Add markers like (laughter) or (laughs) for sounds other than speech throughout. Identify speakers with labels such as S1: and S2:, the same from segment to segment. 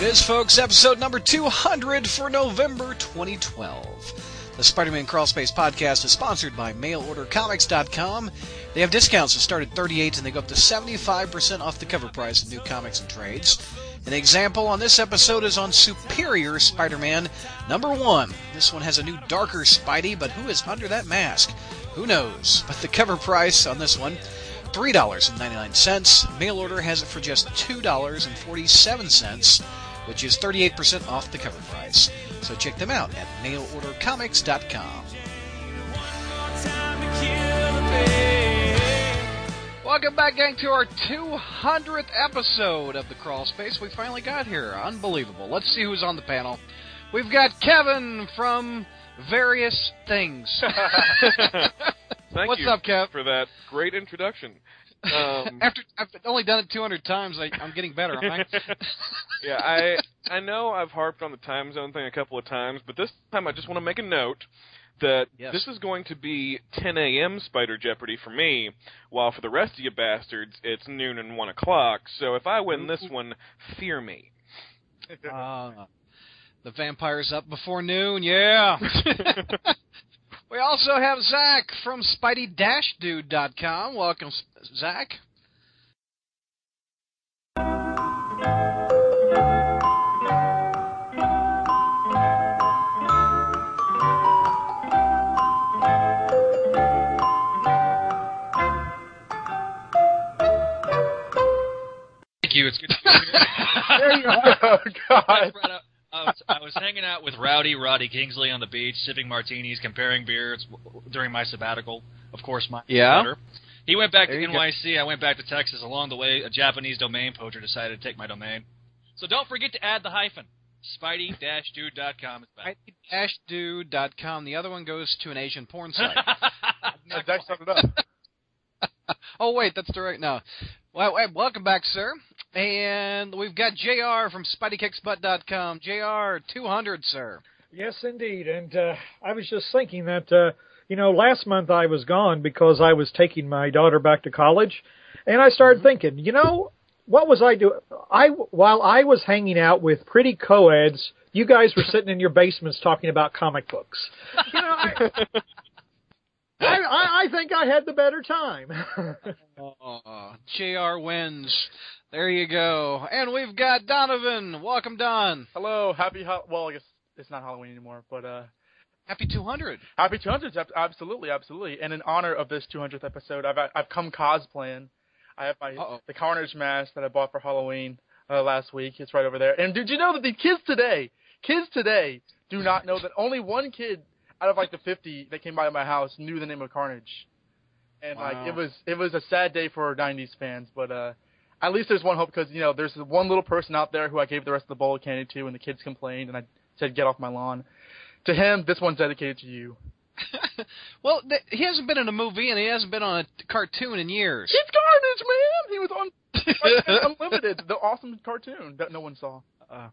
S1: is, folks, episode number 200 for November 2012. The Spider Man Crawlspace podcast is sponsored by MailOrderComics.com. They have discounts that start at 38 and they go up to 75% off the cover price of new comics and trades. An example on this episode is on Superior Spider Man number one. This one has a new darker Spidey, but who is under that mask? Who knows? But the cover price on this one $3.99. Mail order has it for just $2.47, which is 38% off the cover price. So check them out at mailordercomics.com. Welcome back, gang, to our 200th episode of the Crawl Space. We finally got here. Unbelievable. Let's see who's on the panel. We've got Kevin from various things. (laughs)
S2: Thank
S1: What's
S2: you
S1: up, Kev?
S2: for that great introduction. Um,
S1: After I've only done it 200 times, I, I'm getting better. am I?
S2: yeah, I I know I've harped on the time zone thing a couple of times, but this time I just want to make a note that
S1: Yes.
S2: this is going to be 10 a.m. Spider Jeopardy for me, while for the rest of you bastards it's noon and one o'clock. So if I win this one, fear me.
S1: Uh, the vampire's up before noon, yeah. we also have Zach from SpideyDashDude.com. Welcome, S- Zach.
S3: Thank you. It's good.
S4: (laughs)
S3: To be here.
S1: (laughs)
S5: oh God!
S3: Right up. I was, I was hanging out with Rowdy Roddy Kingsley on the beach, sipping martinis, comparing beers w- during my sabbatical. Of course, my
S1: Yeah.
S3: better. He went back
S1: There
S3: to
S1: you go.
S3: NYC. I went back to Texas. Along the way, a Japanese domain poacher decided to take my domain. So don't forget to add the hyphen. Spidey-dude.com is back.
S1: SpideyDashDude.com. The other one goes to an Asian
S6: (laughs)
S1: porn site.
S5: No, Zach set it up.
S1: (laughs) oh, wait, that's direct. No. Well, hey, welcome back, sir. And we've got JR from SpideyKicksButt.com. JR, 200, sir.
S6: Yes, indeed. And uh, I was just thinking that, uh, you know, last month I was gone because I was taking my daughter back to college. And I started thinking, you know, what was I doing? I, while I was hanging out with pretty co-eds, you guys were sitting in your basements talking about comic books. You know,
S1: (laughs)
S6: I, I, I, I think I had the better time.
S1: Oh, JR wins. There you go. And we've got Donovan. Welcome, Don.
S5: Hello, happy Hal- well, I guess it's not Halloween anymore, but uh,
S1: Happy 200.
S5: happy 200th, ab- absolutely, absolutely. And in honor of this 200th episode, I've I've come cosplaying. I have my
S1: Uh-oh.
S5: the Carnage mask that I bought for Halloween uh, last week. It's right over there. And did you know that the kids today, kids today, do not know that only one kid out of like the 50 that came by my house knew the name of Carnage. And
S1: Wow.
S5: like it was it was a sad day for 90s fans, but uh. At least there's one hope because you know there's one little person out there who I gave the rest of the bowl of candy to, and the kids complained, and I said, "Get off my lawn." To him, this one's dedicated to you.
S1: Well, th- he hasn't been in a movie and he hasn't been on a t- cartoon in years.
S5: It's Carnage, man. He was on
S1: (laughs)
S5: (laughs) Cartoon Unlimited, the awesome cartoon that no one saw.
S1: Uh,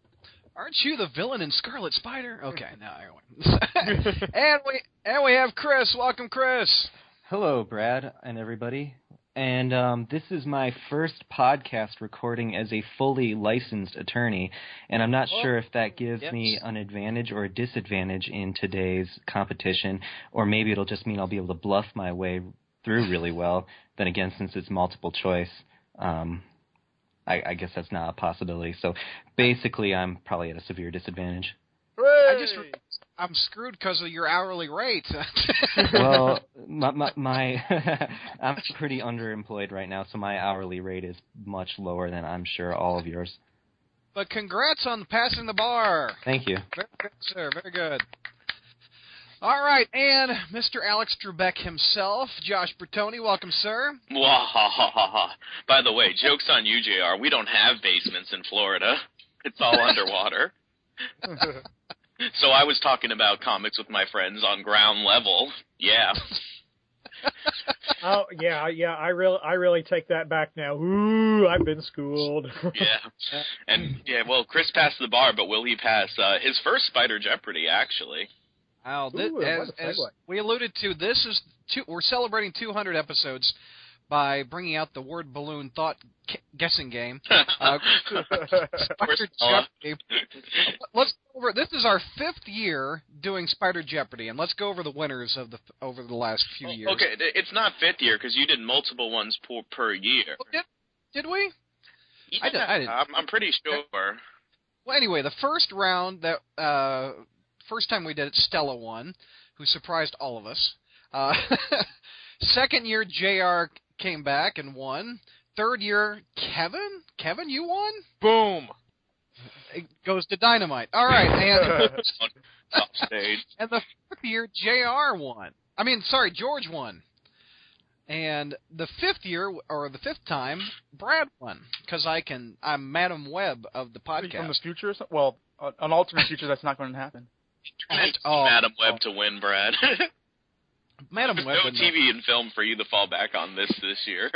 S1: Aren't you the villain in Scarlet Spider? Okay, now I win.
S5: (laughs)
S1: and we and we have Chris. Welcome, Chris.
S7: Hello, Brad and everybody. And um, this is my first podcast recording as a fully licensed attorney, and I'm not
S1: Oh,
S7: sure if that gives me
S1: yes.
S7: an advantage or a disadvantage in today's competition, or maybe it'll just mean I'll be able to bluff my way through really well. Then again, since it's multiple choice, um, I, I guess that's not a possibility. So basically, I'm probably at a severe disadvantage.
S5: Hooray!
S1: I just re- I'm screwed because of your hourly rate. (laughs)
S7: well, my, my, my (laughs) I'm pretty underemployed right now, so my hourly rate is much lower than I'm sure all of yours.
S1: but congrats on passing the bar.
S7: Thank you.
S1: Very good, sir. Very good. All right, and Mr. Alex Trebek himself, Josh Bertoni. Welcome, sir.
S8: Mwahahaha. By the way, joke's on you, JR. We don't have basements in Florida.
S1: (laughs)
S8: It's all underwater. so I was talking about comics with my friends on ground level. Yeah.
S6: oh yeah, yeah. I real I really take that back now. Ooh, I've been schooled. (laughs)
S8: Yeah. And yeah, well, Chris passed the bar, but will he pass uh, his first Spider Jeopardy, actually?
S1: Wow, thi-
S6: Ooh, what
S1: as,
S6: a
S1: as
S6: segue.
S1: we alluded to, this is two, we're celebrating 200 episodes, by bringing out the word balloon thought gu- guessing
S8: (laughs)
S1: game. Uh, (laughs) Spider
S8: Stella.
S1: (laughs) Jeopardy. Let's go over. This is our fifth year doing Spider Jeopardy, and let's go over the winners of the over the last few years.
S8: Oh, okay, th- it's not fifth year because you did multiple ones per per year.
S1: Oh, Did, did we? I did- I didn't-
S8: am I'm pretty sure.
S1: Well, anyway, the first round that uh, first time we did it, Stella won, who surprised all of us. Uh, (laughs) second year, Jr. came back and won. Third year, Kevin, Kevin, you won.
S2: Boom.
S1: It goes to Dynamite. All right, and
S8: (laughs) Top stage.
S1: (laughs) and the fourth year, Jr. won. I mean, sorry, George won. And the fifth year, or the fifth time, Brad won because I can. I'm Madam Web of the
S5: From the
S1: podcast.
S5: future, or something? well, uh, an alternate future that's not going to happen.
S8: It's
S1: Oh.
S8: Madam Web to win, Brad.
S1: (laughs)
S8: (laughs)
S1: Madam
S8: There's
S1: Web.
S8: no
S1: would know.
S8: TV and film for you to fall back on this this year.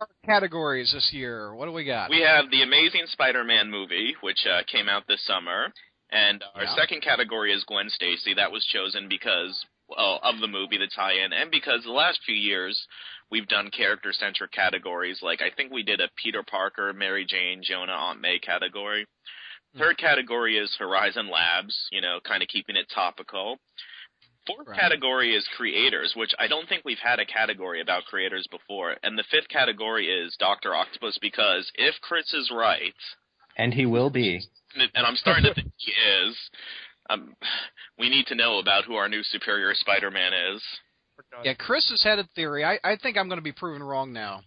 S1: our categories this year. What do we got?
S8: We have the Amazing Spider-Man movie, which uh, came out this summer, and our
S1: Yeah.
S8: second category is Gwen Stacy. That was chosen because well, of the movie, the tie-in, and because the last few years we've done character-centric categories. Like I think we did a Peter Parker, Mary Jane, Jonah, Aunt May category. Third
S1: Mm-hmm.
S8: category is Horizon Labs. You know, kind of keeping it topical. Fourth
S1: Right.
S8: category is creators, which I don't think we've had a category about creators before. And the fifth category is Doctor Octopus because if Chris is right,
S7: And he will be.
S8: and and I'm starting to think he is, um, we need to know about who our new superior Spider-Man is.
S1: yeah, Chris has had a theory. I, I think I'm going to be proven wrong now.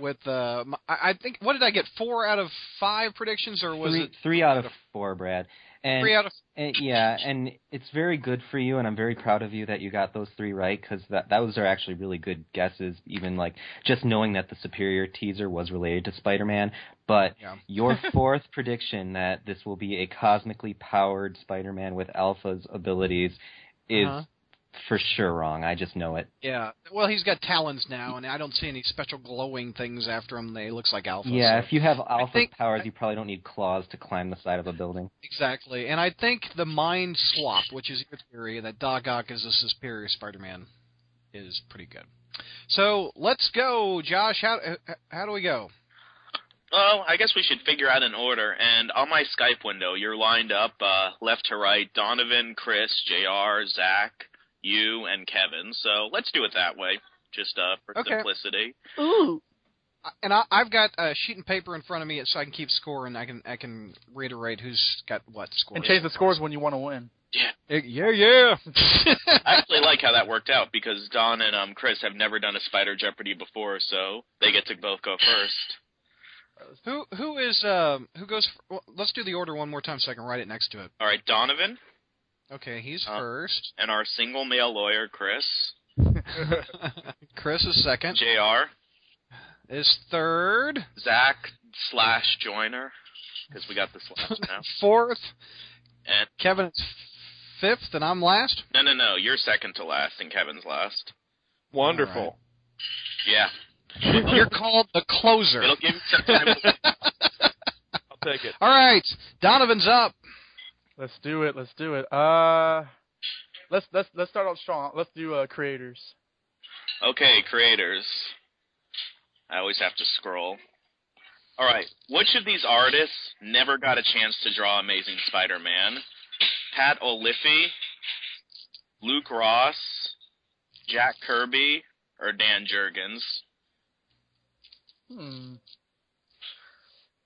S1: With uh, my, I I think what did I get? Four out of five predictions, or was
S7: Three,
S1: it
S7: three out of four, Brad. And,
S1: three out of?
S7: and- yeah, and it's very good for you, and I'm very proud of you that you got those three right because that those are actually really good guesses. Even like just knowing that the superior teaser was related to Spider-Man, but
S1: Yeah. (laughs)
S7: your fourth prediction that this will be a cosmically powered Spider-Man with Alpha's abilities is
S1: Uh-huh.
S7: for sure wrong. I just know it.
S1: Yeah. Well, he's got talons now, and I don't see any special glowing things after him. They looks like alpha.
S7: Yeah,
S1: so-
S7: if you have alpha
S1: think-
S7: powers, you probably don't need claws to climb the side of a building.
S1: exactly. And I think the mind swap, which is your theory that Doc Ock is a superior Spider-Man, is pretty good. So let's go, Josh. How uh, how do we go?
S8: Well, I guess we should figure out an order. And on my Skype window, you're lined up uh, left to right: Donovan, Chris, Jr., Zach, you, and Kevin. So let's do it that way, just uh, for
S1: Okay.
S8: simplicity.
S1: and I, I've got a sheet and paper in front of me, so I can keep score and I can I can reiterate who's got what score.
S5: And change the (laughs) scores when you want to win. (laughs)
S1: Yeah, yeah.
S8: I actually like how that worked out because Don and um, Chris have never done a Spider Jeopardy before, so they get to both go first.
S1: who who is um who goes? f- Well, let's do the order one more time so I can write it next to it.
S8: All right, Donovan
S1: Okay, he's
S8: Uh.
S1: first.
S8: and our single male lawyer, Chris.
S1: Chris is second.
S8: Jr.
S1: Is third.
S8: Zach slash Joiner because we got the slash
S1: (laughs)
S8: now.
S1: Fourth.
S8: And
S1: Kevin is fifth, and I'm last.
S8: no, no, no, you're second to last, and Kevin's last.
S2: Wonderful.
S8: Yeah,
S1: You're called the closer.
S8: it'll give you some time. to-
S2: I'll take it.
S1: All right, Donovan's up.
S5: Let's do it. Let's do it. Uh, let's let's let's start out strong. Let's do uh, creators.
S8: Okay, creators. I always have to scroll. All right, which of these artists never got a chance to draw Amazing Spider-Man? Pat O'Liffey, Luke Ross, Jack Kirby, or Dan Jurgens?
S5: Hmm.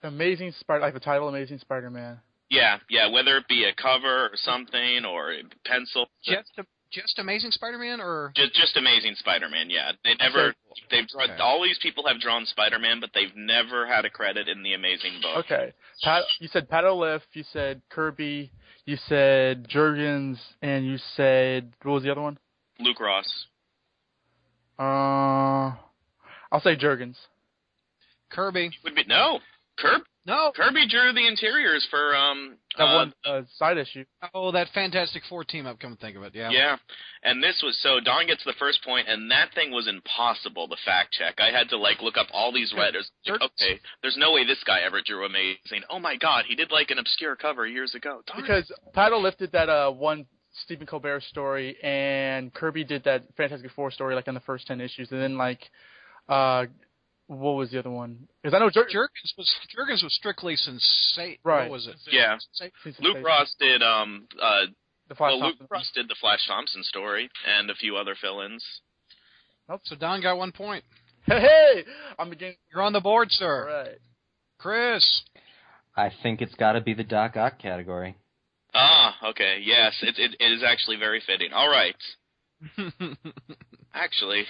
S5: Amazing Spider, like the title, Amazing Spider-Man.
S8: Yeah, yeah, whether it be a cover or something or a pencil.
S1: Just just Amazing Spider-Man, or
S8: Just, just amazing Spider-Man. Yeah, they never. They've drawn.
S1: Okay.
S8: All these people have drawn Spider-Man, but they've never had a credit in the Amazing book.
S5: Okay, Pat, you said Pat O'Liff, you said Kirby, you said Jurgens, and you said what was the other one?
S8: Luke Ross.
S5: Uh, I'll say Jurgens.
S1: Kirby.
S8: Would be no. Kirby,
S1: No.
S8: Kirby drew the interiors for um.
S5: That
S8: uh,
S5: one uh, side issue.
S1: Oh, that Fantastic Four team up. Come to think of it, yeah.
S8: Yeah, and this was so Don gets the first point, and that thing was impossible to fact check. I had to like look up all these writers. Like,
S1: Jurgens.
S8: okay, there's no way this guy ever drew amazing. Oh my God, he did like an obscure cover years ago. Darn it.
S5: Because Paddle lifted that uh one Stephen Colbert story, and Kirby did that Fantastic Four story like in the first ten issues, and then like Uh, what was the other one? Because I know Jer-
S1: Jurgens was Jurgens was strictly sensate.
S5: Right.
S1: What was it?
S8: Yeah.
S1: Sensa-
S8: Luke Ross did um uh
S5: The Flash
S8: well Luke
S5: Thompson.
S8: Ross did the Flash Thompson story and a few other fill-ins.
S1: So Don got one point.
S5: Hey, hey, I'm beginning.
S1: You're on the board,
S5: All
S1: sir.
S5: right.
S1: Chris.
S7: I think it's got to be the Doc
S1: (laughs)
S7: Ock category.
S8: Ah, okay. Yes, it, it it is actually very fitting. All right. Actually,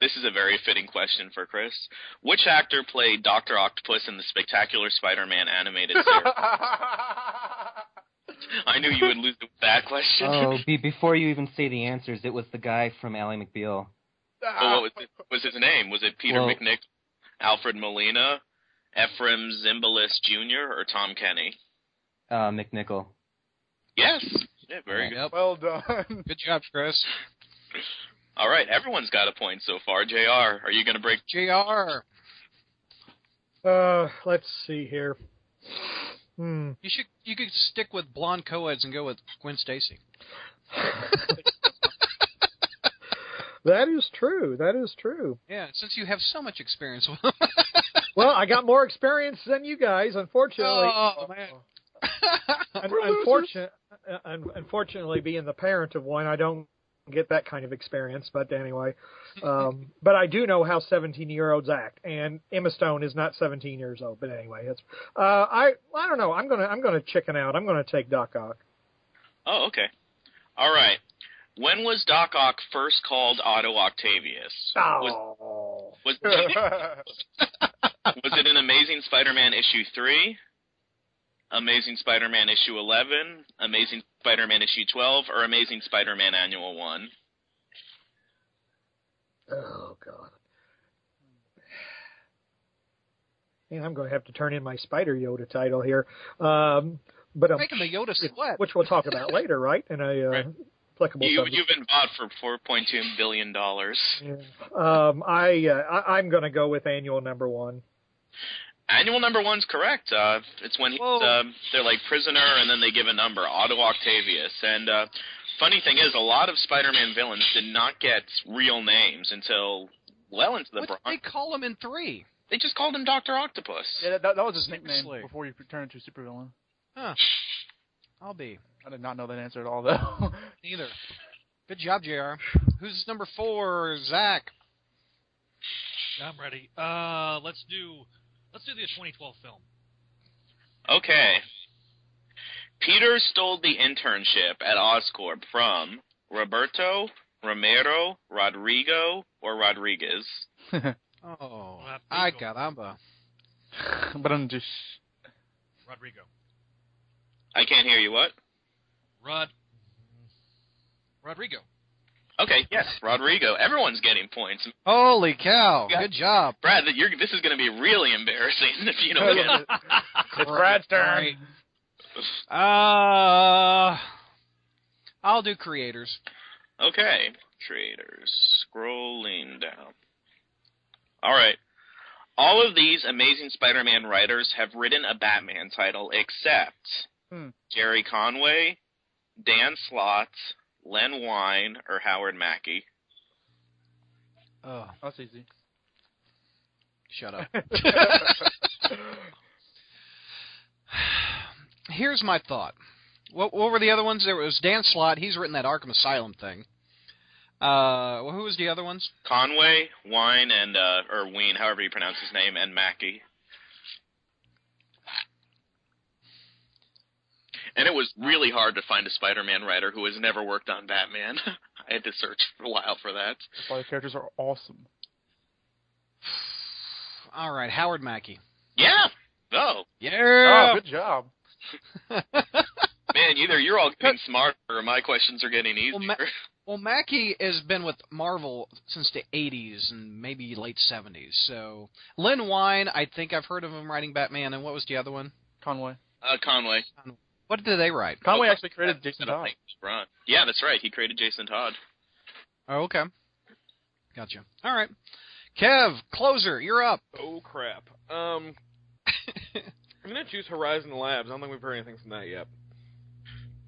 S8: this is a very fitting question for Chris. Which actor played Doctor Octopus in the Spectacular Spider-Man
S5: (laughs)
S8: animated series? I knew you would lose with that question.
S7: Oh, be, before you even say the answers, it was the guy from Ally McBeal.
S8: But what was, it, was his name? Was it Peter
S7: Well-
S8: McNick, Alfred Molina, Ephraim Zimbalist Jr., or Tom Kenny?
S7: Uh, McNichol.
S8: Yes. Yeah, very good.
S1: Yep.
S5: Well done.
S1: (laughs) Good job, Chris.
S8: All right, everyone's got a point so far. JR, are you going to break?
S1: Jr.
S6: Uh, let's see here. Hmm.
S1: You should you could stick with blonde co-eds and go with Gwen Stacy.
S6: That is true. That is true.
S1: Yeah, since you have so much experience with them.
S6: Well, I got more experience than you guys, unfortunately.
S1: (laughs)
S5: uh,
S1: oh man.
S6: Un- unfortunate, uh, un- unfortunately, being the parent of one, I don't get that kind of experience. But anyway, um, but I do know how 17-year-olds act, and Emma Stone is not 17 years old. But anyway, that's uh, I I don't know. I'm gonna I'm gonna chicken out. I'm gonna take Doc Ock.
S8: Oh, okay. All right. When was Doc Ock first called Otto Octavius? Was,
S2: (laughs)
S6: Oh.
S8: was, was it in Amazing Spider-Man issue three, Amazing Spider-Man issue eleven, Amazing Spider-Man issue twelve, or Amazing Spider-Man annual one?
S6: Oh God. Man, I'm going to have to turn in my Spider Yoda title here, um, but um,
S1: Making the Yoda sweat.
S6: which we'll talk about later, right? In a uh,
S8: Right.
S6: applicable
S8: You,
S6: subject.
S8: you've been bought for four point two billion dollars.
S6: Yeah. Um, I, uh, I I'm gonna go with annual number one.
S8: Annual number one's correct. Uh, it's when he's,
S1: Whoa.
S8: um they're like prisoner, and then they give a number, Otto Octavius. And uh, funny thing is, a lot of Spider-Man villains did not get real names until well into the
S1: what did
S8: Bronx.
S1: they call him in three?
S8: They just called him Doctor Octopus.
S5: (laughs) yeah, that, that was his nickname
S1: Seriously.
S5: before he turned into a supervillain.
S1: I'll be
S5: I did not know that answer at all, though.
S1: neither. Good job, Jr. Who's number four?
S5: (laughs)
S1: Zach.
S3: I'm ready. Uh, let's do let's do the 2012 film.
S8: Okay. Peter stole the internship at Oscorp from Roberto, Romero, Rodrigo, or Rodriguez.
S1: Oh,
S3: Well, that
S1: I
S3: beagle.
S1: caramba.
S5: (laughs) but I'm just.
S3: Rodrigo.
S8: I can't hear you. What?
S3: Rod. Rodrigo.
S8: Okay. Yes, Rodrigo. Everyone's getting points.
S1: Holy cow!
S8: Yeah.
S1: Good job.
S8: Brad, that you're, this is going to be really embarrassing (laughs) if you don't get it.
S5: it's Brad's turn.
S1: Uh, I'll do (laughs) creators.
S8: Okay, creators. Scrolling down. All right. All of these Amazing Spider-Man writers have written a Batman title, except
S5: Hmm.
S8: Jerry Conway, Dan Slott, Len Wein, or Howard Mackey.
S1: Oh,
S5: (laughs) That's easy.
S1: shut
S5: (laughs)
S1: up. (laughs) Here's my thought. What, what were the other ones? There was Dan Slott. He's written that Arkham Asylum thing. Uh, well, who was the other ones?
S8: Conway, Wein, and uh, or Ween, however you pronounce his name, and Mackey. And it was really hard to find a Spider-Man writer who has never worked on Batman. (laughs) I had to search for a while for that.
S5: That's why the characters are awesome.
S1: (sighs) All right, Howard (laughs) Mackey.
S8: Yeah. Oh
S5: Oh,
S1: Yeah.
S5: good job.
S8: man, either you're all getting smarter, or my questions are getting easier. (laughs)
S1: Well, Ma- well, Mackey has been with Marvel since the '80s and maybe late '70s. So Len Wein, I think I've heard of him writing Batman. And what was the other one?
S5: Conway.
S8: uh, Conway.
S1: What did they write?
S5: Conway
S8: Oh,
S5: actually created Jason Todd.
S8: Run. Yeah, that's right. He created Jason Todd.
S1: Oh, okay. Gotcha. All right. Kev, closer, you're up.
S2: Oh crap. Um, I'm gonna choose Horizon Labs. I don't think we've heard anything from that yet.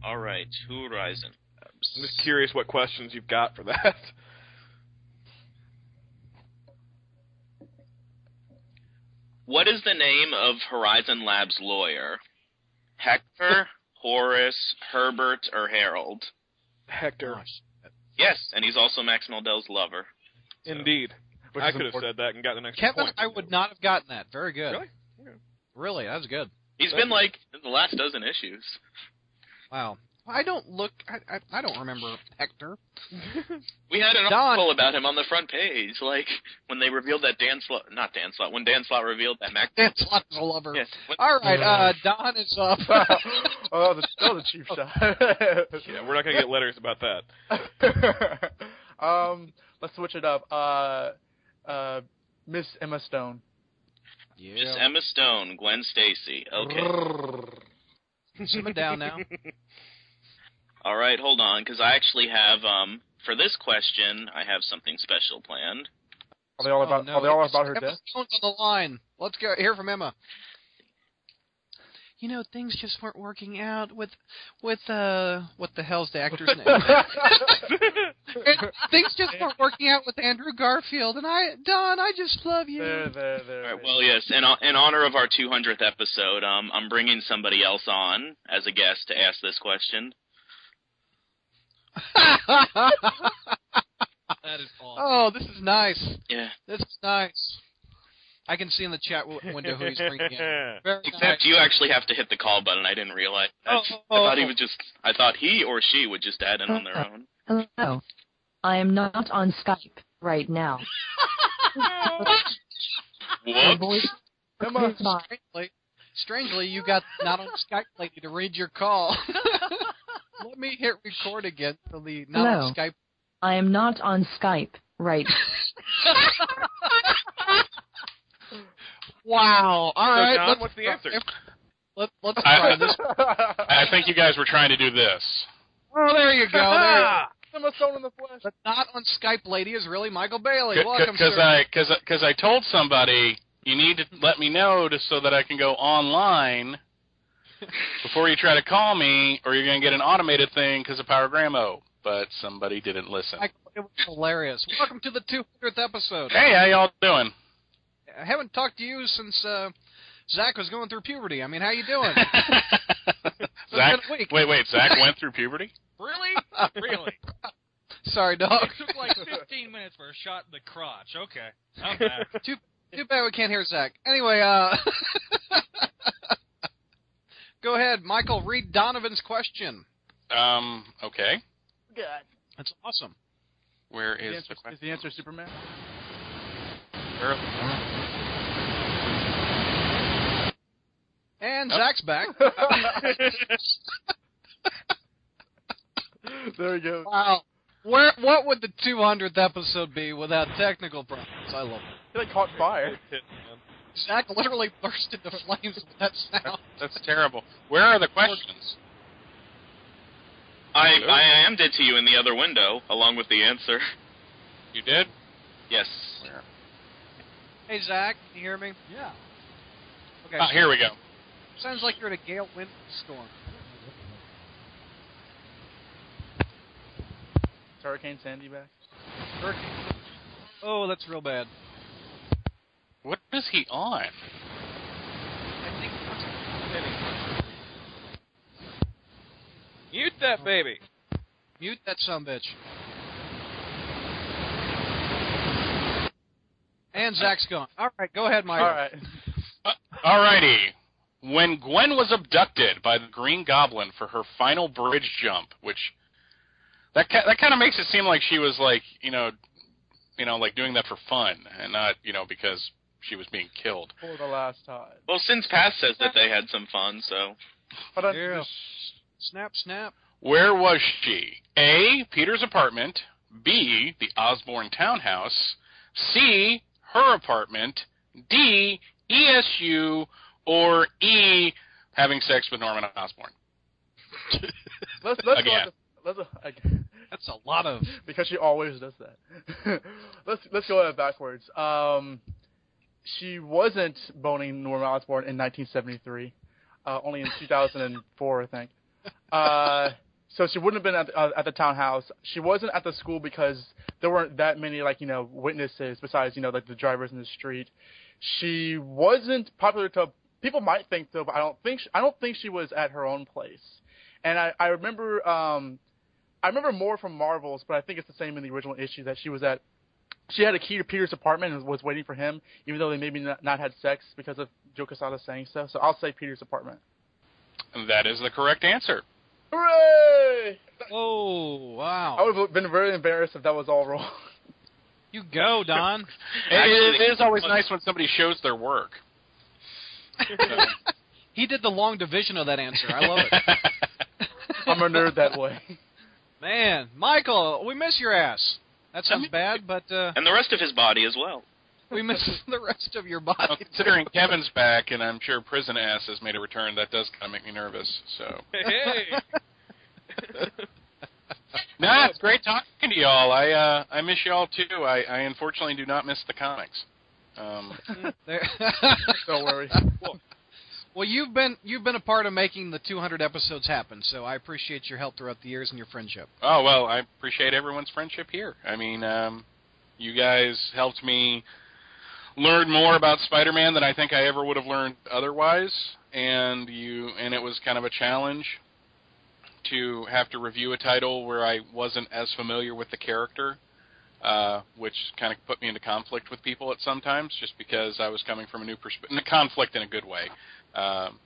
S8: All right, Horizon.
S2: I'm just curious what questions you've got for that.
S8: What is the name of Horizon Lab's lawyer?
S2: (laughs)
S8: Hector, Horace, Herbert, or Harold?
S2: (laughs) Hector.
S3: Gosh.
S8: Yes, and he's also Max Meldow's lover.
S2: Indeed.
S5: Which
S2: I
S5: is
S2: could have
S5: important.
S2: said that and gotten an extra
S1: Kevin,
S2: point.
S1: I would not have gotten that. Very good.
S2: Really?
S1: Really, that was good.
S8: He's
S2: Thank
S8: been
S2: you.
S8: like in the last dozen issues.
S1: Wow. I don't look. I, I, I don't remember Hector.
S8: We had an
S1: Don.
S8: article about him on the front page, like when they revealed that Dan Slott, not Dan Slott, when Dan Slott revealed that Max.
S1: That's a lot of a lover.
S8: Yes, when-
S1: All
S8: (laughs)
S1: right, uh, Don is up.
S5: (laughs) oh, the, that was a cheap
S1: (laughs)
S2: (laughs)
S8: Oh,
S5: shot.
S2: Yeah, we're not gonna get letters about that.
S5: (laughs) um, let's switch it up. Uh, uh, Miss Emma Stone.
S8: Miss Emma Stone, Gwen Stacy. Okay.
S1: Simmer down
S9: (laughs)
S1: now.
S8: All right, hold on, because I actually have um for this question I have something special planned.
S5: Are they all about?
S1: oh, no.
S5: Are they all
S1: it's-
S5: about her
S1: Emma
S5: death?
S1: Stone's on the line. Let's go hear from Emma. You know, things just weren't working out with with uh what the hell's the actor's name? And (laughs) things just weren't working out with Andrew Garfield and I Don, I just love you.
S5: there, there, there.
S8: All right, well, yes, in, o- in honor of our 200th episode, um, I'm bringing somebody else on as a guest to ask this question.
S1: (laughs)
S3: That is awesome.
S1: oh, this is nice.
S8: Yeah,
S1: This is nice. I can see in the chat w- window who he's bringing in. Very
S8: except
S1: nice.
S8: you actually have to hit the call button. I didn't realize. That. I
S1: Oh.
S8: thought he would just. I thought he or she would just add in on their
S1: (laughs)
S8: own.
S10: Hello. I am not on Skype right now. My
S8: Whoops.
S10: voice
S5: Emma.
S10: is by-
S1: Strangely, strangely, you got not on Skype lady to read your call. Let me hit record again for the not
S10: Hello.
S1: on Skype.
S10: I am not on Skype right.
S1: Wow. All
S2: So,
S1: right.
S2: John,
S1: let's,
S2: what's the answer?
S1: Let, let's
S9: I-
S1: try this.
S9: I think you guys were trying to do this.
S1: (laughs) Oh, there you go. There you go.
S5: Emma Stone in the flesh.
S1: But not on Skype, lady, is really Michael Bailey. Welcome,
S9: Because
S1: sir.
S9: I because I told somebody you need to let me know just so that I can go online before you try to call me, or you're going to get an automated thing because of Power Gramo. But somebody didn't listen.
S1: Michael, it was hilarious. Welcome to the 200th episode.
S9: Hey, how y'all doing?
S1: I haven't talked to you since uh, Zach was going through puberty. I mean, how you
S9: (laughs)
S1: doing?
S9: Zach,
S1: been a week.
S9: wait,
S1: (laughs)
S9: wait. Zach went through puberty.
S3: (laughs) Really?
S4: (laughs)
S3: Really?
S1: Sorry, dog.
S3: It took like 15 minutes for a shot in the crotch. Okay. I'm back.
S1: Too bad we can't hear Zach. Anyway, uh, (laughs) go ahead, Michael. Read Donovan's question.
S9: Um. Okay.
S1: That's awesome.
S9: Where
S5: The
S9: is
S5: answer-
S9: the question?
S5: Is the answer Superman?
S1: And Zach's
S9: (laughs)
S1: back.
S5: there you go.
S1: Wow. Where what would the 200th episode be without technical problems? I love it.
S5: It caught fire.
S1: Zach literally burst into flames with that sound.
S9: That's terrible. Where are the questions?
S8: I I am did to you in the other window along with the answer.
S9: You did?
S8: Yes.
S1: Hey Zach, can you hear me? Yeah. Okay.
S9: Ah, here we go.
S1: Sounds like you're in a gale wind storm.
S5: Is Hurricane Sandy back.
S1: Hurricane. Oh, that's real bad.
S9: What is he on?
S1: I think
S2: Mute that baby.
S1: mute that son bitch. And Zach's gone. All right, go ahead, Mike.
S5: All right.
S9: Alrighty. When Gwen was abducted by the Green Goblin for her final bridge jump, which that ki- that kind of makes it seem like she was like you know, you know, like doing that for fun and not you know because she was being killed.
S5: For the last time.
S8: Well, since Past says that they had some fun, so
S5: But I'm
S1: Yeah. Snap, snap.
S9: Where was she? A. Peter's apartment. B. The Osborne townhouse. C. Her apartment. D. ESU. Or E. Having sex with Norman Osborn.
S5: let's let's
S9: Again.
S5: go. With the, let's uh, again.
S1: That's a lot of.
S5: (laughs) because she always does that. (laughs) let's let's go at it backwards. Um, she wasn't boning Norman Osborn in 1973, uh, only in 2004, I think. Uh, So she wouldn't have been at the, uh, at the townhouse. She wasn't at the school because there weren't that many like you know witnesses besides you know like the drivers in the street. She wasn't popular to people might think so, but I don't think she, I don't think she was at her own place. And I I remember um I remember more from Marvels, but I think it's the same in the original issue that she was at she had a key to Peter's apartment and was waiting for him, even though they maybe not, not had sex because of Joe Quesada saying so. So I'll say Peter's apartment.
S9: And that is the correct answer.
S5: Hooray!
S1: Oh wow!
S5: I would have been very embarrassed if that was all wrong. (laughs)
S1: You go,
S8: (laughs)
S1: Don.
S9: It- it- it is always nice when somebody shows their work.
S1: he did the long division of that answer. I love it.
S5: (laughs) I'm a nerd that way.
S1: Man, Michael, we miss your ass. That sounds bad, but uh,
S8: And the rest of his body as well.
S1: we miss (laughs) the rest of your
S9: Well,
S1: body.
S9: considering Kevin's back, and I'm sure Prison Ass has made a return, that does kind of make me nervous.
S8: (laughs)
S9: So,
S2: Hey.
S9: (laughs) nah, it's great talking to y'all. I uh, I miss y'all too. I, I unfortunately do not miss the comics. Um,
S1: (laughs)
S9: (laughs)
S1: There-
S5: Don't worry.
S1: (laughs) well, you've been you've been a part of making the 200 episodes happen, so I appreciate your help throughout the years and your friendship.
S9: oh well, I appreciate everyone's friendship here. I mean, um, you guys helped me learn more about Spider-Man than I think I ever would have learned otherwise, and you and it was kind of a challenge to have to review a title where I wasn't as familiar with the character, uh, which kind of put me into conflict with people at sometimes, just because I was coming from a new perspective, conflict in a good way, um,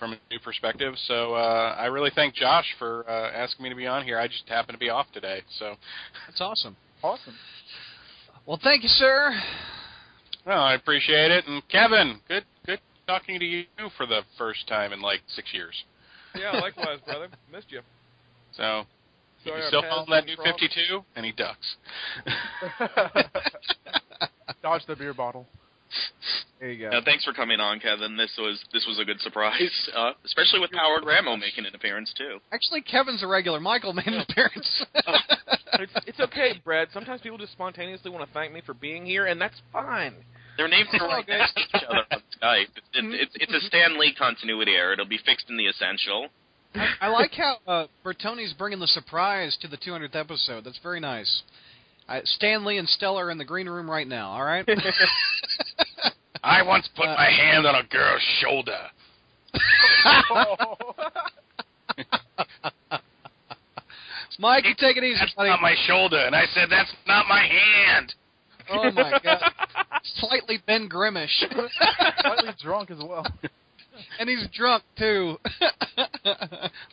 S9: from a new perspective. So uh, I really thank Josh for uh, asking me to be on here. I just happen to be off today, so
S1: That's awesome.
S5: Awesome.
S1: Well, thank you, sir.
S9: well, I appreciate it. And Kevin, good good talking to you for the first time in like six years.
S2: yeah, likewise, brother. Missed you.
S9: So.
S2: Sorry,
S9: you
S2: our
S9: still
S2: paths
S9: follow that new
S2: crossed.
S9: 52, and he ducks.
S1: (laughs)
S5: Dodge the beer bottle.
S1: There you
S8: Now, thanks for coming on, Kevin. This was this was a good surprise, (laughs) uh, especially with Howard Ramo making an appearance too.
S1: Actually, Kevin's a regular. Michael made an
S9: (laughs)
S1: appearance.
S2: (laughs) It's, it's okay, Brad. Sometimes people just spontaneously want to thank me for being here, and that's fine.
S8: Their names are right
S2: Okay.
S8: next to (laughs) each other on Skype.
S1: Mm-hmm.
S8: It's, it's, it's a Stan Lee continuity error. It'll be fixed in the essential. (laughs)
S1: I, I like how uh, Bertoni's bringing the surprise to the 200th episode. That's very nice. Uh, Stanley and Stella are in the green room right now. All right.
S9: (laughs) I once put
S1: Uh,
S9: my hand on a girl's shoulder.
S1: (laughs) Mike, you take it easy,
S9: That's
S1: buddy.
S9: not my shoulder. And I said, that's not my hand.
S1: Oh my god. Slightly Ben Grimish.
S5: (laughs) Slightly drunk as well.
S1: and he's drunk too. (laughs)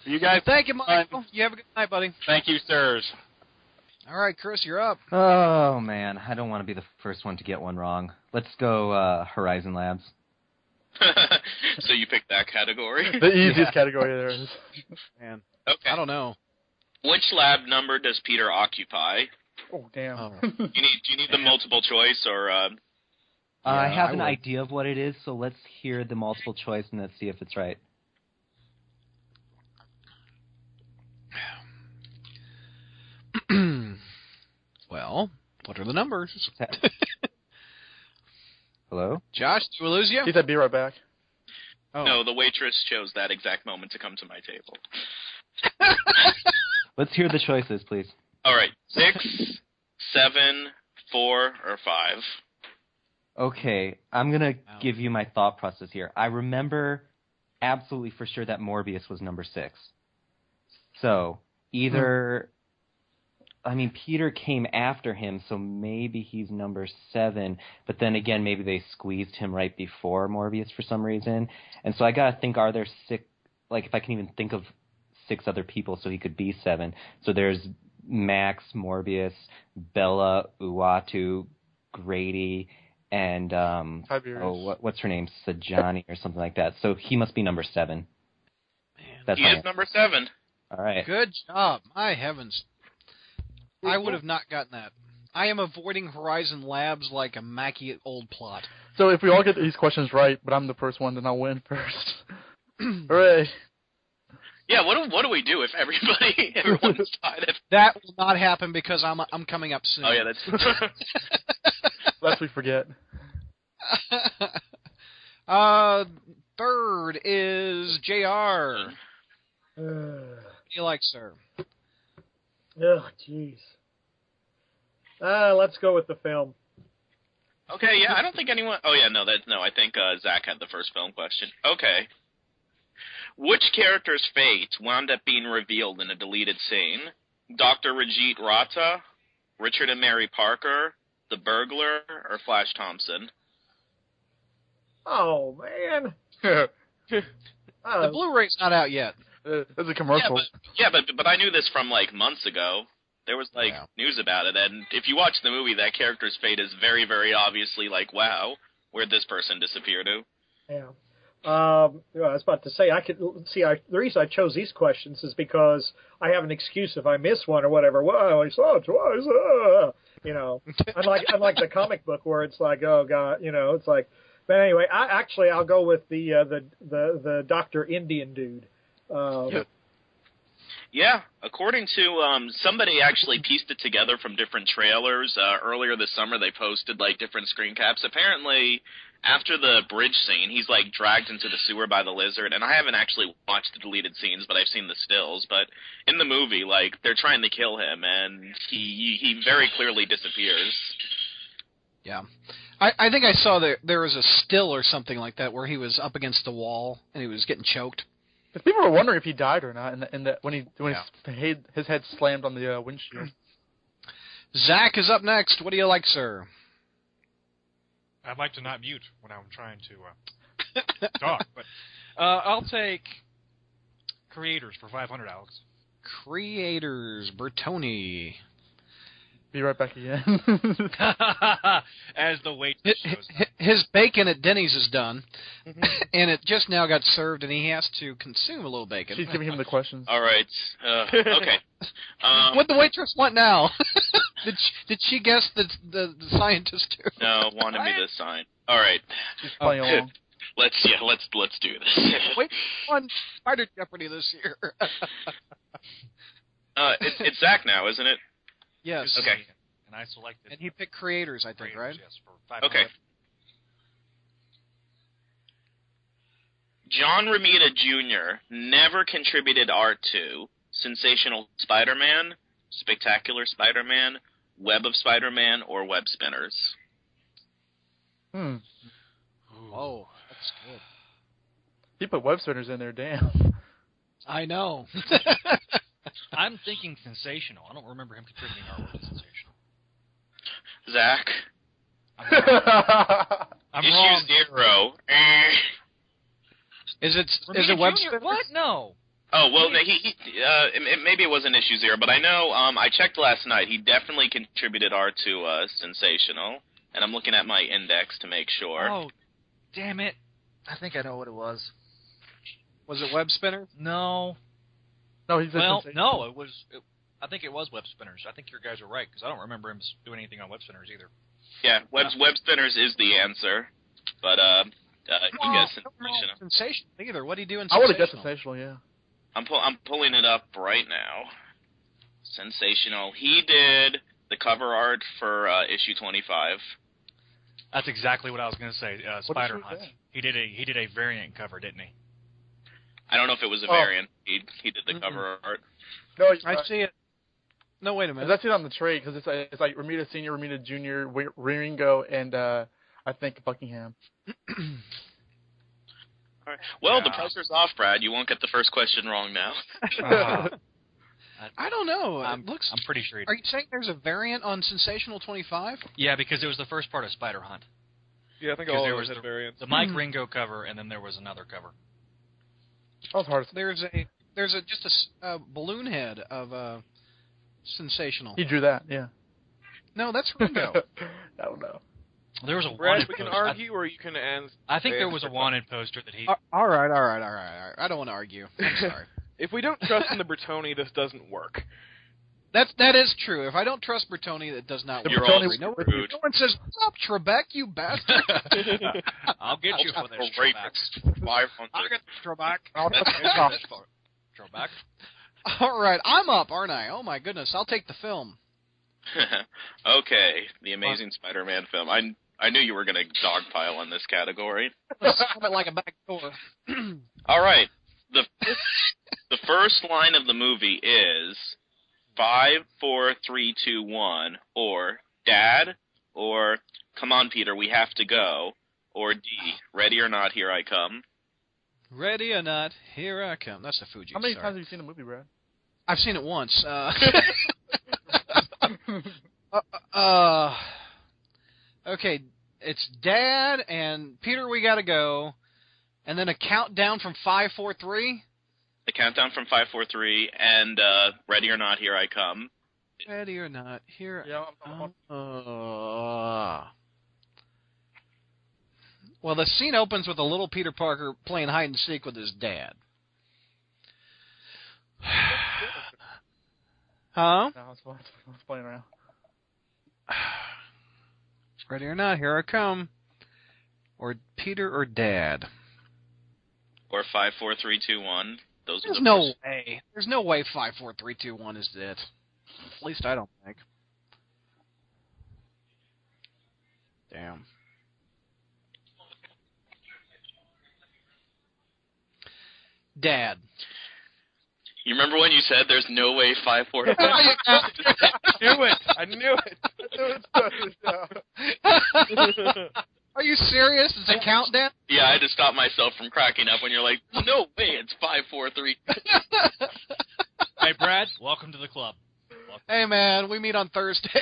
S9: You guys,
S1: Thank you, Michael. You have a good night, buddy.
S9: thank you, sirs.
S1: All right, Chris, you're up.
S7: Oh man, I don't want to be the first one to get one wrong. Let's go uh, Horizon Labs.
S8: so you picked that
S5: (laughs)
S8: category.
S5: The easiest category there is.
S8: Okay.
S1: I don't know.
S8: Which lab number does Peter occupy?
S5: Oh damn.
S1: Oh.
S8: Do you need do you need the multiple choice or
S7: Uh,
S8: uh,
S7: I
S1: Yeah,
S7: have
S1: I
S7: an
S1: would.
S7: idea of what it is, so let's hear the multiple choice and let's see if it's right.
S1: (clears throat) well, what are the
S5: (laughs)
S1: numbers?
S7: Hello?
S1: Josh, do we lose you?
S5: He said, "Be right back."
S1: Oh.
S8: no? The waitress chose that exact moment to come to my table.
S7: Let's hear the choices, please.
S8: All right, six, seven, four, or five. (laughs)
S7: Okay, I'm gonna
S1: Wow.
S7: give you my thought process here. I remember absolutely for sure that Morbius was number six. So either,
S1: Hmm.
S7: I mean, Peter came after him, so maybe he's number seven. But then again, maybe they squeezed him right before Morbius for some reason. And so I gotta think: Are there six? Like, if I can even think of six other people, so he could be seven. So there's Max, Morbius, Bella, Uatu, Grady, and um,
S5: Tiberius.
S7: oh, what, what's her name? Sajani or something like that. So he must be number seven. That's
S8: he
S7: my
S8: is number seven.
S7: all
S8: (laughs)
S7: right.
S1: Good job. My heavens. I would have not gotten that. I am avoiding Horizon Labs like a Mackie old plot.
S5: (laughs) So if we all get these questions right, but I'm the first one, then I'll win
S1: (clears throat)
S5: first. Hooray!
S8: Yeah. What do, what do we do if (laughs) everybody
S1: (laughs)
S8: everyone decided?
S1: That will not happen because I'm I'm coming up soon.
S8: Oh yeah,
S1: (laughs)
S8: that's
S5: Lest we forget.
S1: uh, third is Jr.
S6: Uh,
S1: you like, sir?
S6: Oh, jeez. Uh, let's go with the film.
S8: Okay, yeah, I don't think anyone. Oh yeah, no, that no. I think uh, Zach had the first film question. Okay, which character's fate wound up being revealed in a deleted scene? Doctor Rajit Rata, Richard and Mary Parker, the burglar, or Flash Thompson?
S6: Oh
S1: (laughs)
S5: (laughs)
S6: man.
S1: The
S6: Uh,
S1: Blu-ray's not out yet.
S5: Uh, That's a
S8: Yeah,
S5: commercial.
S8: but yeah, but but I knew this from like months ago. There was like
S1: Yeah.
S8: news about it, and if you watch the movie, that character's fate is very, very obviously like, wow, where'd this person disappear to?
S6: Yeah. Um, well, I was about to say I could see. I, the reason I chose these questions is because I have an excuse if I miss one or whatever. Well, I only saw it twice. Uh, you know, unlike unlike the comic book where it's like, oh god, you know, it's like. But anyway, I actually I'll go with the uh, the the the Doctor Indian dude. Um,
S8: Yeah, according to um, somebody actually pieced it together from different trailers uh, earlier this summer. They posted like different screen caps. Apparently, after the bridge scene, he's like dragged into the sewer by the lizard. And I haven't actually watched the deleted scenes, but I've seen the stills. But in the movie, like they're trying to kill him, and he he very clearly disappears.
S1: Yeah. I, I think I saw that there was a still or something like that where he was up against the wall and he was getting choked.
S5: If people were wondering if he died or not, and the, in the, when he when
S1: Yeah.
S5: his, head, his head slammed on the uh, windshield.
S1: (clears throat) Zach is up next. What do you like, sir?
S4: (laughs) I'd like to not mute when I'm trying to uh, talk,
S3: (laughs)
S4: but uh, I'll take creators for 500, Alex.
S1: (laughs) Creators Bertoni.
S5: Be right
S1: (laughs)
S5: back again.
S3: (laughs) As the wait
S1: Hi-
S3: shows.
S1: hi- His bacon at Denny's is done, and it just now got served, and he has to consume a little bacon.
S5: She's giving him the questions.
S8: All right, uh,
S1: (laughs)
S8: okay. Um,
S1: What the waitress want now? (laughs) did she, did she guess the the, the scientist too?
S8: No, wanted me to sign. All right,
S5: She's
S8: (laughs)
S5: playing along.
S8: let's yeah, let's let's do this.
S1: (laughs) Wait, on Spider Jeopardy this year. (laughs)
S8: Uh, it's, it's Zach now, isn't it?
S1: yes.
S8: Okay.
S3: And I selected
S1: And he picked creators, I think,
S3: creators,
S1: right?
S3: yes, for 500.
S8: Okay. John Romita Jr. never contributed art to Sensational Spider Man, Spectacular Spider Man, Web of Spider Man, or Web Spinners.
S5: Hmm.
S1: Oh, that's good.
S5: He put web spinners in there. Damn.
S1: I know.
S3: (laughs) I'm thinking sensational. I don't remember him contributing artwork
S4: (laughs)
S3: to sensational.
S8: (laughs) Zach,
S3: I'm
S8: issue
S3: wrong.
S8: zero. Eh.
S1: (laughs) is it is
S3: Romita
S1: it web
S3: Jr.?
S1: spinners?
S3: What? No.
S8: Oh well, he, he uh, it- it- maybe it wasn't issue zero, but I know um, I checked last night. He definitely contributed art to uh, Sensational, and I'm looking at my index to make sure.
S3: Oh, damn it. I think I know what it was.
S1: Was it web spinner?
S3: No.
S5: no, he's a
S3: Well,
S5: sensation.
S3: no, it was. It, I think it was Web Spinners. I think your guys are right because I don't remember him s- doing anything on Web Spinners either.
S8: Yeah, web web spinners is the answer, but uh, uh you guys
S1: I don't know
S8: Sensational.
S1: sensational either. What do you do in
S5: I would have
S1: sensational?
S5: guessed sensational. Yeah.
S8: I'm pull, I'm pulling it up right now. Sensational. He did the cover art for uh, issue 25.
S4: That's exactly what I was going to say. Uh, Spider
S5: with
S4: Hunt.
S5: that?
S4: He did a he did a variant cover, didn't he?
S8: I don't know if it was a
S5: Oh.
S8: variant. He he did the cover art.
S5: (laughs) No, he's
S1: I see it. No, wait a minute.
S5: That's it on the trade because it's like, it's like Ramita Senior, Ramita Junior, Wi- Ringo, and uh, I think Buckingham.
S8: Well, the
S4: Yeah.
S8: pressure's off, Brad. You won't get the first question wrong now. Uh-huh.
S3: (laughs)
S4: Uh,
S1: I don't know.
S3: I'm,
S1: it looks.
S3: I'm pretty sure. He
S1: are you saying there's a variant on Sensational 25?
S3: Yeah, because it was the first part of Spider Hunt.
S2: Yeah, I think
S3: Because
S2: all
S3: there
S2: of
S3: was
S2: us had
S3: the-
S2: variants.
S3: The Mike Ringo cover, and then there was another cover.
S5: That was hard. as-
S1: There's a there's a just a s- a balloon head of uh, Sensational.
S5: He drew that.
S1: (sighs)
S5: Yeah.
S1: (laughs) No, that's Ringo.
S5: (laughs) I don't know.
S3: There was a
S2: Brad,
S3: wanted
S2: we can
S3: poster. I-
S2: argue, or you can ask.
S3: I think there
S2: ask
S3: was a
S2: for-
S3: wanted poster that he. (laughs)
S1: all right, all right, all right, all right. I don't want to argue.
S5: (laughs)
S1: I'm sorry.
S2: If we don't trust in the Bertoni, this doesn't work.
S1: That's that is true. If I don't trust Bertoni, that does not
S5: The
S1: work.
S8: You're all
S5: Bertoni-
S1: no, one-
S8: screwed.
S1: no one says, "What's up, Trebek, you
S5: (laughs)
S1: bastard?"
S3: (laughs) I'll get you for this,
S8: Great.
S3: Trebek.
S8: Five on
S1: I got Trebek.
S5: I'll-
S1: I'll get you.
S3: Trebek.
S1: All right, I'm up, aren't I? Oh my goodness, I'll take the film.
S8: (laughs)
S1: (laughs)
S8: okay, the Amazing Spider-Man film. I I knew you were going to dogpile on this category.
S1: Slam it like a back door.
S8: All right. the the first line of the movie is five, four, three, two, one, or Dad, or Come on, Peter, we have to go, or D, Ready or Not, here I come.
S1: Ready or not, here I come. That's a Fuji.
S5: How many
S1: sorry.
S5: times have you seen the movie, Brad?
S1: I've seen it once.
S5: (laughs)
S1: Uh, (laughs) uh, uh, okay, it's Dad and Peter. We gotta go, and then a countdown from five, four, three.
S8: The countdown from five, four, three, and uh, Ready or Not, here I come.
S1: Ready or not, here.
S5: Yeah, I'm- I'm-
S1: I come. Uh, well, the scene opens with a little Peter Parker playing hide and seek with his dad. huh?
S5: No, I was, I was playing around.
S1: Ready or not, here I come. Or Peter or Dad.
S8: Or five, four, three, two, one. Those are
S1: There's
S8: the
S1: no
S8: first-
S1: way. There's no way five, four, three, two, one is it. At least I don't think. Damn.
S2: (laughs)
S1: Dad.
S8: You remember when you said there's no way five, four, three?
S1: Oh,
S2: knew it. I knew it.
S1: (laughs) Are you serious? It's a
S2: (laughs)
S1: countdown.
S8: (laughs) yeah, I had to stop myself from cracking up when you're like, no way, it's five, four, three.
S3: Hey, Brad, welcome to the club.
S1: Hey man, we meet on
S8: (laughs)
S1: Thursdays.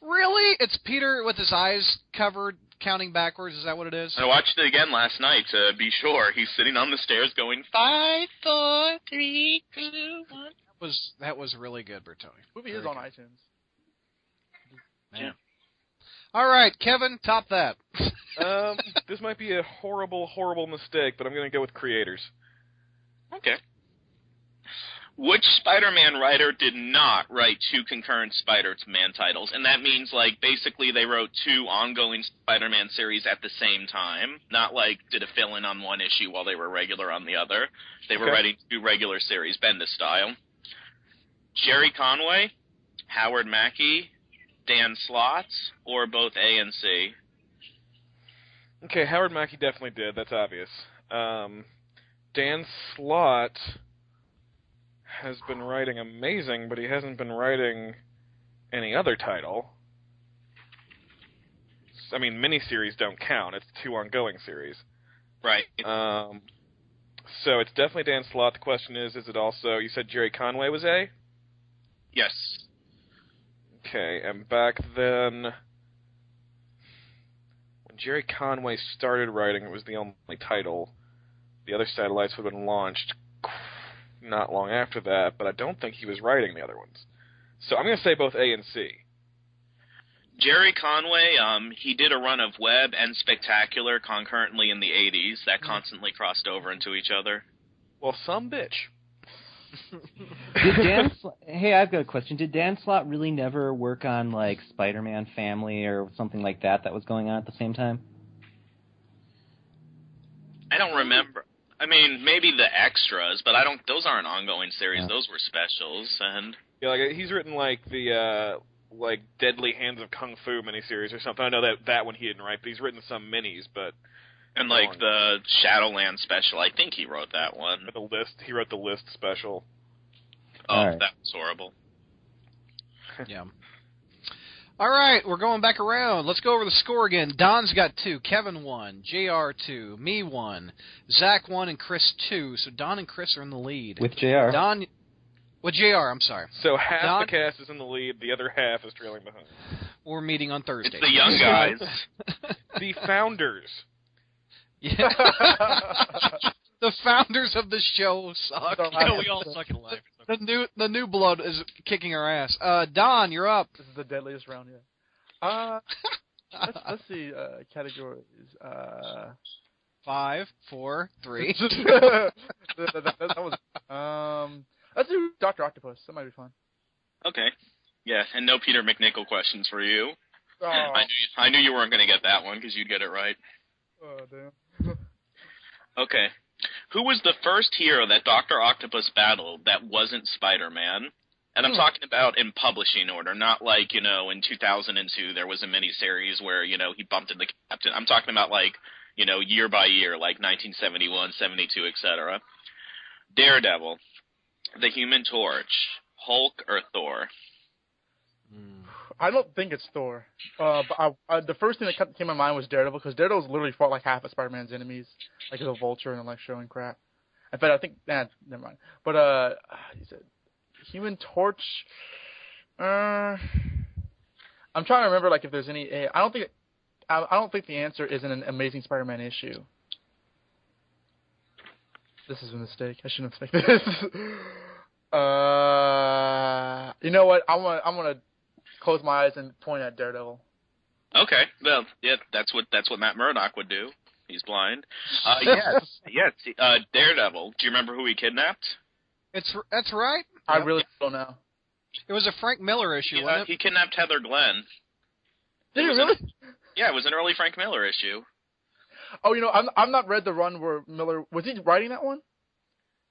S1: really? It's Peter with his eyes covered, counting backwards. Is that what it is?
S8: I watched it again last night to be sure. He's sitting on the stairs going five, four, three, two, one.
S1: That was that was really good, Bertoni.
S5: movie
S1: Very
S5: is on
S1: good.
S5: iTunes.
S1: All right, Kevin, top that.
S2: Um, this might be a horrible, horrible mistake, but I'm going to go with creators.
S8: Okay. Which Spider-Man writer did not write two concurrent Spider-Man titles? And that means like basically they wrote two ongoing Spider-Man series at the same time. Not like did a fill in on one issue while they were regular on the other. They were
S2: Okay.
S8: writing two regular series, Bendis style. Jerry Conway, Howard Mackey, Dan Slots, or both A and C.
S2: Okay, Howard Mackey definitely did. That's obvious. Um, Dan Slott has been writing amazing, but he hasn't been writing any other title. S- I mean, miniseries don't count. It's two ongoing series.
S8: Right.
S2: Um, so it's definitely Dan Slott. The question is, is it also? You said Jerry Conway was A.
S8: Yes.
S2: Okay, and back then, when Jerry Conway started writing, it was the only title. The other satellites would have been launched not long after that, but I don't think he was writing the other ones. So I'm going to say both A and C.
S8: Jerry Conway, um, he did a run of Web and Spectacular concurrently in the 80s that
S7: Mm-hmm.
S8: constantly crossed over into each other.
S2: Well, some bitch.
S7: Did Dan? Sl- hey, I've got a question. Did Dan Slott really never work on like Spider-Man Family or something like that that was going on at the same time?
S8: I don't remember. I mean, maybe the extras, but I don't. Those aren't ongoing series.
S7: Yeah.
S8: Those were specials, and
S2: Yeah, like he's written like the uh like Deadly Hands of Kung Fu miniseries or something. I know that that one he didn't write, but he's written some minis. But
S8: and like
S2: on.
S8: the Shadowland special. I think he wrote that one.
S2: the list, he wrote the list special.
S8: Oh,
S7: All right.
S8: that was horrible.
S5: (laughs)
S1: yeah. All right, we're going back around. Let's go over the score again. Don's got two, Kevin one, Jr. two, me one, Zach one, and Chris two. So Don and Chris are in the lead.
S7: With Jr.
S1: Don, well, Jr. I'm sorry.
S2: So half
S1: Don-
S2: the cast is in the lead, the other half is trailing behind.
S1: We're meeting on
S8: It's
S1: Thursday. (laughs)
S8: the young
S5: (laughs)
S8: guys.
S2: The founders.
S1: Yeah. the founders of the show
S5: (laughs)
S1: suck.
S5: Don't
S3: You know,
S5: laugh.
S3: we all suck in life.
S1: The new the new blood is kicking our ass. Uh, Don, you're up.
S5: This is the deadliest round yet.
S1: (laughs)
S5: Uh, let's, let's see uh, categories. Uh,
S1: Five, four, three.
S5: (laughs) that, that- that was. Um, let's do Doctor Octopus. That might be fun.
S8: Okay. Yeah, and no Peter McNichol questions for you.
S5: Oh,
S8: (laughs) I knew you, I knew you weren't going to get that one because you'd get it right.
S5: oh, damn.
S8: Okay. Who was the first hero that Doctor Octopus battled that wasn't Spider-Man? And I'm talking about in publishing order, not like you know in 2002 there was a miniseries where you know he bumped into the Captain. I'm talking about like you know, year by year, like 1971, 72, etc. Daredevil, The Human Torch, Hulk, or Thor.
S5: I don't think it's Thor. Uh, but I, I, the first thing that kept- came to mind was Daredevil because Daredevil's literally fought like half of Spider-Man's enemies, like the Vulture and Electro and crap. In fact, I think nah, never mind. But uh, is it Human Torch? Uh, I'm trying to remember like if there's any. eh, I don't think. I, I don't think the answer is in an Amazing Spider-Man issue. (laughs) This is a mistake. I shouldn't have taken this. Uh, you know what? I'm gonna I'm gonna close my eyes and point at Daredevil.
S8: Okay, well, yeah, that's what that's what Matt Murdock would do. He's blind. Uh, yes, yes. Uh, Daredevil. Do you remember who he kidnapped?
S1: It's that's right.
S5: I really don't know.
S1: It was a Frank Miller issue,
S8: Uh,
S1: wasn't it?
S8: he kidnapped Heather Glenn.
S5: Did
S8: It
S5: you
S8: was
S5: really?
S8: Yeah, it was an early Frank Miller issue.
S5: Oh, you know, I'm I'm not read the run where Miller was he writing that one?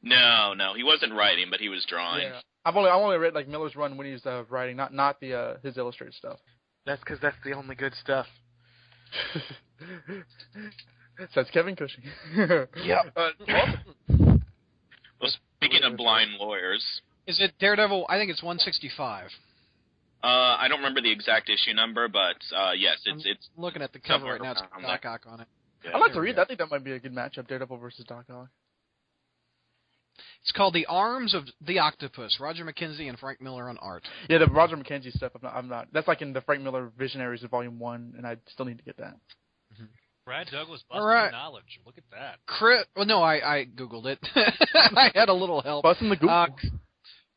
S8: No, no, he wasn't writing, but he was drawing.
S5: Yeah. I've only I have only read like Miller's run when he's uh, writing, not not the uh, his illustrated stuff.
S2: That's because that's the only good
S5: (laughs)
S2: stuff.
S5: Says Kevin Cushing. (laughs)
S2: Yep.
S5: Uh, well,
S8: Well, speaking
S5: uh,
S8: of blind lawyers,
S1: (laughs) Is it Daredevil? I think it's 165.
S8: uh, I don't remember the exact issue number, but uh, yes, it's
S1: I'm
S8: it's
S1: looking at the cover
S8: Somewhere
S1: right now. It's got
S8: around
S1: Doc Ock on it.
S5: I'd like to
S1: There we
S5: read
S1: go.
S5: that. I think that might be a good matchup: Daredevil versus Doc Ock.
S1: It's called The Arms of the Octopus. Roger McKenzie and Frank Miller on art.
S5: Yeah, the Roger McKenzie stuff. I'm not. I'm not. That's like in the Frank Miller Visionaries of Volume One, and I still need to get that.
S4: Brad Douglas busted
S1: All right.
S4: knowledge. Look at that.
S1: Chris, well, no, I, I googled it. (laughs) I had a little help.
S5: Busting the Google.
S1: Uh,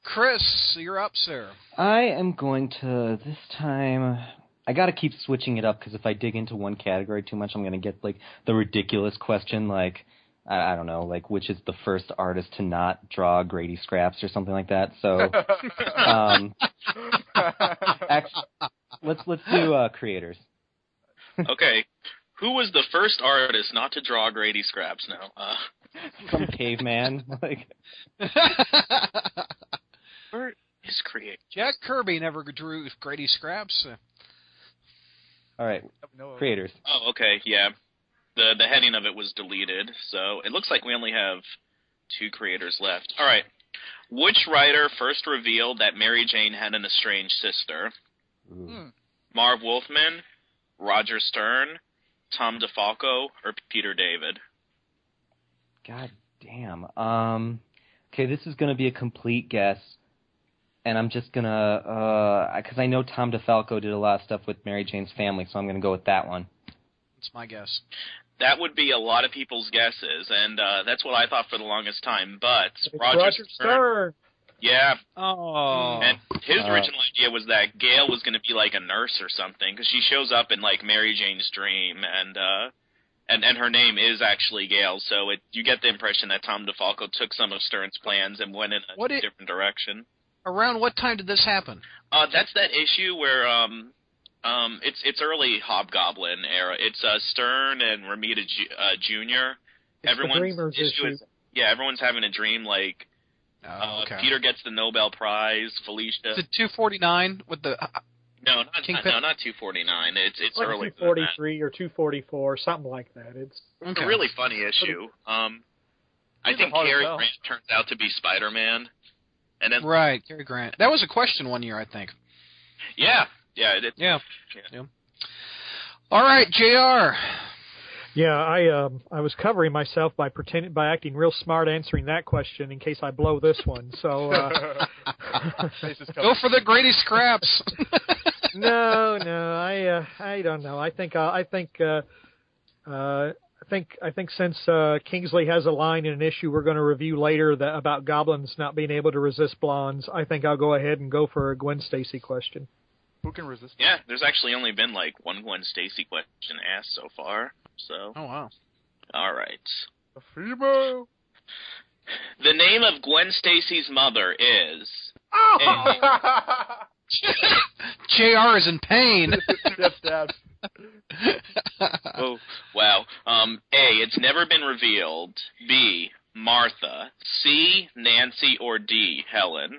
S1: Chris, you're up, sir.
S7: I am going to this time. I got to keep switching it up because if I dig into one category too much, I'm going to get like the ridiculous question, like I, I don't know, like which is the first artist to not draw Grady Scraps or something like that.
S1: (laughs)
S5: (laughs)
S7: So, um, actually, let's let's do uh, creators.
S8: okay. Who was the first artist not to draw Grady Scraps? Now, uh,
S7: Some caveman,
S5: (laughs)
S7: (laughs) like
S8: where is create?
S1: Jack Kirby never drew Grady Scraps. Uh,
S7: all right,
S5: No,
S7: creators.
S8: Oh, okay, yeah. The the heading of it was deleted, so it looks like we only have two creators left. All right. Which writer first revealed that Mary Jane had an estranged sister?
S7: Ooh.
S8: Marv Wolfman, Roger Stern, Tom DeFalco, or Peter David?
S7: God damn. Um, okay, this is going to be a complete guess, and I'm just gonna because I know Tom DeFalco did a lot of stuff with Mary Jane's family, so I'm gonna go with that one.
S1: That's my guess.
S8: That would be a lot of people's guesses, and uh, that's what I thought for the longest time. But
S6: It's
S8: Roger, Stern,
S6: Stern.
S8: yeah,
S1: Oh.
S8: And his
S7: Uh,
S8: original idea was that Gail was going to be like a nurse or something because she shows up in like Mary Jane's dream, and uh, and and her name is actually Gail. So it you get the impression that Tom DeFalco took some of Stern's plans and went in a
S1: What i-
S8: different direction.
S1: Around what time did this happen?
S8: Uh, that's that issue where um, um, it's it's early Hobgoblin era. It's uh, Stern and Ramita Ju- uh, Jr.
S6: It's
S8: Everyone's
S6: the Dreamers
S8: issue is- yeah, everyone's having a dream. Like
S1: Oh,
S8: uh,
S1: okay.
S8: Peter gets the Nobel Prize. Felicia.
S1: Is it 249 with the?
S8: No, not,
S1: King
S8: not-
S1: Pip-
S8: no, not 249. It's it's
S6: like
S8: earlier than that.
S6: 243 or 244, something like that. It's
S1: Okay.
S8: a really funny issue. Um, I
S5: These are
S8: think
S5: hard to
S8: Cary
S5: tell.
S8: Grant turns out to be Spider Man, and then
S1: Right, Cary Grant. That was a question one year, I think.
S8: yeah, yeah, it, it-
S1: Yeah.
S8: Yeah.
S1: All right, Jr.
S6: Yeah, I um I was covering myself by pretending by acting real smart answering that question in case I blow this one. So uh,
S5: Faces
S1: (laughs) Go
S5: covered.
S1: for the Grady scraps.
S6: (laughs) no, no, I uh, I don't know. I think uh, I think uh, uh, I think I think since uh, Kingsley has a line in an issue we're going to review later that about goblins not being able to resist blondes, I think I'll go ahead and go for a Gwen Stacy question.
S5: Who can resist?
S8: yeah. There's actually only been like one Gwen Stacy question asked so far. So
S1: Oh wow.
S8: all right,
S5: The female.
S8: the name of Gwen Stacy's mother is
S3: Oh.
S8: A-
S1: Jr. is in pain.
S5: Yes, (laughs) Dad.
S8: oh wow. Um, A. It's never been revealed. B. Martha. C. Nancy or D. Helen.